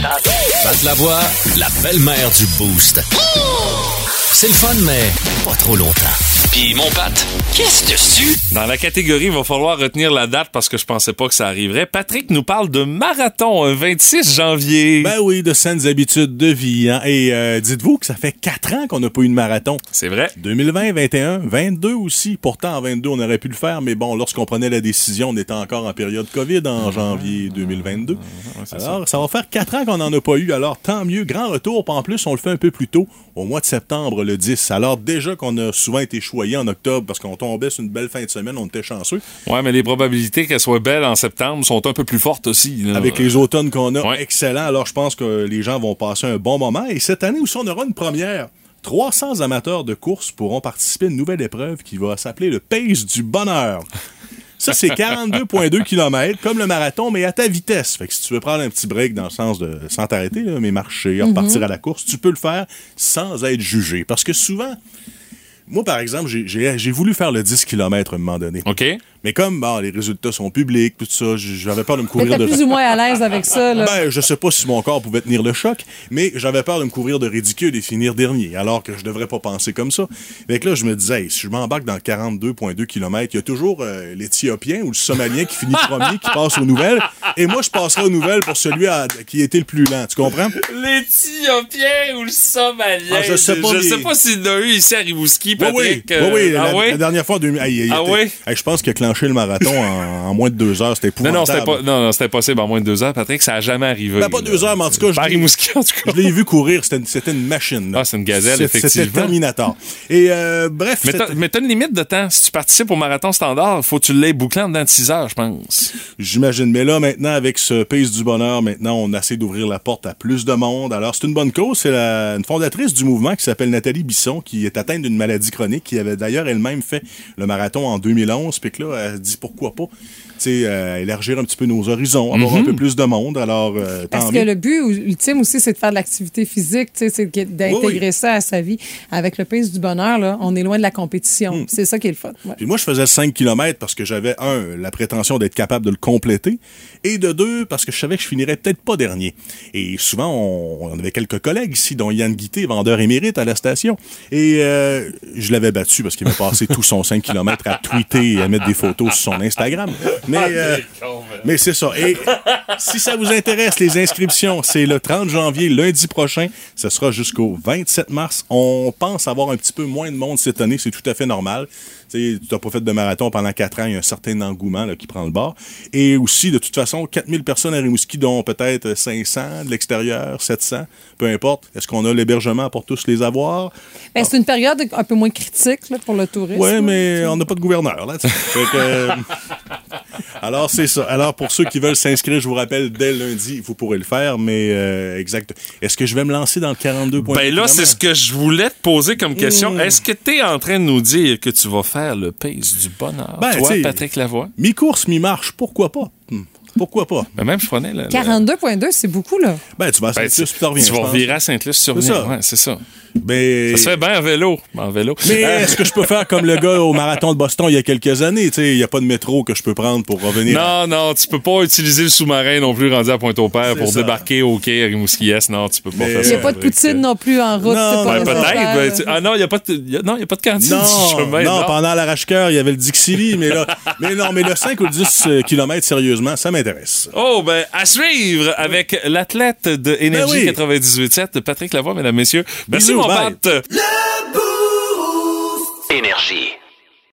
Speaker 6: Passe la voix, la belle-mère du boost. C'est le fun, mais pas trop longtemps. Puis mon Pat, qu'est-ce que tu
Speaker 1: Dans la catégorie, il va falloir retenir la date parce que je pensais pas que ça arriverait. Patrick nous parle de marathon un 26 janvier.
Speaker 14: Ben oui, de saines habitudes de vie. hein. Et euh, dites-vous que ça fait quatre ans qu'on n'a pas eu de marathon.
Speaker 1: C'est vrai.
Speaker 14: 2020, 21, 22 aussi. Pourtant, en 22, on aurait pu le faire, mais bon, lorsqu'on prenait la décision, on était encore en période COVID en janvier 2022. Alors, ça va faire quatre ans qu'on n'en a pas eu. Alors, tant mieux. Grand retour. Puis En plus, on le fait un peu plus tôt, au mois de septembre, le 10. Alors, déjà qu'on a souvent été choyé en octobre parce qu'on tombait sur une belle fin de semaine, on était chanceux.
Speaker 1: Ouais, mais les probabilités qu'elle soit belle en septembre sont un peu plus fortes aussi. là.
Speaker 14: Avec les automnes qu'on a, excellent. Alors, je pense que les gens vont passer un bon moment. Et cette année aussi, on aura une première. 300 amateurs de course pourront participer à une nouvelle épreuve qui va s'appeler le Pace du Bonheur. Ça, c'est 42,2 km, comme le marathon, mais à ta vitesse. Fait que si tu veux prendre un petit break dans le sens de sans t'arrêter, là, mais marcher,
Speaker 15: Mhm.
Speaker 14: repartir à la course, tu peux le faire sans être jugé. Parce que souvent, moi, par exemple, j'ai- j'ai j'ai voulu faire le 10 km à un moment donné.
Speaker 1: OK.
Speaker 14: Mais comme bon, les résultats sont publics, tout ça, j- j'avais peur de me
Speaker 2: Mais
Speaker 14: courir
Speaker 2: t'es
Speaker 14: de
Speaker 2: plus ou moins à l'aise avec ça, là.
Speaker 14: ben, je sais pas si mon corps pouvait tenir le choc, mais j'avais peur de me couvrir de ridicule et finir dernier, alors que je devrais pas penser comme ça. Fait que là, je me disais, Hey, si je m'embarque dans 42,2 km, il y a toujours euh, l'Éthiopien ou le Somalien qui finit premier, qui passe aux nouvelles, et moi, je passerai aux nouvelles pour celui à- qui était le plus lent, tu comprends?
Speaker 1: L'Éthiopien ou le Somalien?
Speaker 14: Ah, je sais pas, mais-
Speaker 1: sais pas s'il y en a eu ici à Rimouski,
Speaker 14: Oui, oui,
Speaker 1: Patrick.
Speaker 14: oui,
Speaker 1: euh,
Speaker 14: oui, la,
Speaker 1: ah ouais?
Speaker 14: la dernière fois, en 2000 hey, il
Speaker 1: Ah
Speaker 14: était-
Speaker 1: ouais?
Speaker 14: hey, je pense qu'il a clenché le marathon en, en moins de deux heures, c'était
Speaker 1: Non,
Speaker 14: épouvantable.
Speaker 1: non, c'était pas, non, non, c'était impossible en moins de deux heures, Patrick. Ça a jamais arrivé.
Speaker 14: Ben, pas deux heures, mais en tout cas, je l'ai- Je l'ai vu courir, c'était une, c'était une machine. Ah, c'est une
Speaker 1: gazelle,
Speaker 14: C'était
Speaker 1: effectivement.
Speaker 14: Terminator. Et euh, bref.
Speaker 1: Mais t'as-
Speaker 14: cette-
Speaker 1: mais t'as une limite de temps. Si tu participes au marathon standard, faut que tu l'aies bouclé en dedans de 6 heures, je pense.
Speaker 14: J'imagine. Mais là, maintenant, avec ce Pays du Bonheur, maintenant, on essaie d'ouvrir la porte à plus de monde. Alors, c'est une bonne cause. C'est la- une fondatrice du mouvement qui s'appelle Nathalie Bisson, qui est atteinte d'une maladie chronique, qui avait d'ailleurs elle-même fait le marathon en 2011. Puis que là, elle se dit pourquoi pas, tu sais, euh, élargir un petit peu nos horizons, avoir
Speaker 1: Mhm.
Speaker 14: un peu plus de monde. Alors, euh, tant
Speaker 2: Parce que
Speaker 14: mieux.
Speaker 2: le but ultime aussi, c'est de faire de l'activité physique, tu sais, c'est que- d'intégrer ça à sa vie. Avec le pays du bonheur, là, on est loin de la compétition. C'est ça qui est le fun. ouais.
Speaker 14: Puis moi, je faisais 5 km parce que j'avais, un, la prétention d'être capable de le compléter, et de deux, parce que je savais que je finirais peut-être pas dernier. Et souvent, on, on avait quelques collègues ici, dont Yann Guité, vendeur émérite à la station. Et euh, je l'avais battu parce qu'il m'a passé tout son 5 km à tweeter et à mettre des photos sur son Instagram. Mais, euh, mais c'est ça. Et si ça vous intéresse, les inscriptions, c'est le 30 janvier, lundi prochain. Ce sera jusqu'au 27 mars. On pense avoir un petit peu moins de monde cette année. C'est tout à fait normal. Tu sais, tu n'as pas fait de marathon pendant 4 ans. Il y a un certain engouement là, qui prend le bord. Et aussi, de toute façon, 4000 personnes à Rimouski, dont peut-être 500 de l'extérieur, 700, peu importe. Est-ce qu'on a l'hébergement pour tous les avoir?
Speaker 2: Ben, c'est une période un peu moins critique là, pour le tourisme.
Speaker 14: Ouais, mais on n'a pas de gouverneur, là. tu sais. Fait que, euh, [LAUGHS] alors, c'est ça. Alors, pour ceux qui veulent s'inscrire, je vous rappelle, dès lundi, vous pourrez le faire, mais euh, exact. Est-ce que je vais me lancer dans le 42 points?
Speaker 1: Ben là, c'est ce que je voulais te poser comme question.
Speaker 14: Mm.
Speaker 1: Est-ce que t'es en train de nous dire que tu vas faire le pace du bonheur?
Speaker 14: Ben,
Speaker 1: Toi,
Speaker 14: t'sais,
Speaker 1: Patrick Lavoie?
Speaker 14: Mi-course, mi-marche, pourquoi pas? Hmm, Pourquoi pas?
Speaker 1: Ben, même, je prenais le. le-
Speaker 2: 42,2, c'est beaucoup, là.
Speaker 14: Ben, tu vas à
Speaker 1: Ben,
Speaker 14: Saint-Luc, puis t'en reviens,
Speaker 1: tu
Speaker 14: je
Speaker 1: vas
Speaker 14: pense.
Speaker 1: virer à Saint-Luc-sur-Vienne.
Speaker 14: C'est ça.
Speaker 1: Ouais, c'est ça.
Speaker 14: Mais...
Speaker 1: Ça se fait bien en vélo. En vélo.
Speaker 14: Mais est-ce que je peux faire comme le gars au marathon de Boston il y a quelques années? Tu sais, Il n'y a pas de métro que je peux prendre pour revenir.
Speaker 1: Non, non, tu peux pas utiliser le sous-marin non plus rendu à Pointe-au-Père
Speaker 14: C'est
Speaker 1: pour
Speaker 14: ça.
Speaker 1: débarquer au quai à Rimouski-Est. Non, tu peux pas
Speaker 14: Mais-
Speaker 1: faire
Speaker 2: Il
Speaker 1: ça.
Speaker 2: n'y a pas de
Speaker 1: Patrick.
Speaker 2: poutine euh, non plus en route. c'est pas
Speaker 1: Ben, peut-être.
Speaker 2: nécessaire.
Speaker 1: ben, tu- ah non, il n'y a pas de, il y a- non, il y a pas de cantine sur le
Speaker 14: Non,
Speaker 1: chemin.
Speaker 14: non,
Speaker 1: non.
Speaker 14: pendant l'arrache-cœur, il y avait le Dixili, mais là, mais non, mais le 5 ou le 10 km, sérieusement, ça m'intéresse.
Speaker 1: Oh, ben, à suivre avec l'athlète de Énergie
Speaker 14: Ben oui.
Speaker 1: 98.7, Patrick Lavoie, mesdames, messieurs. Merci,
Speaker 14: Bisous, bye.
Speaker 1: mon Pat.
Speaker 6: Énergie.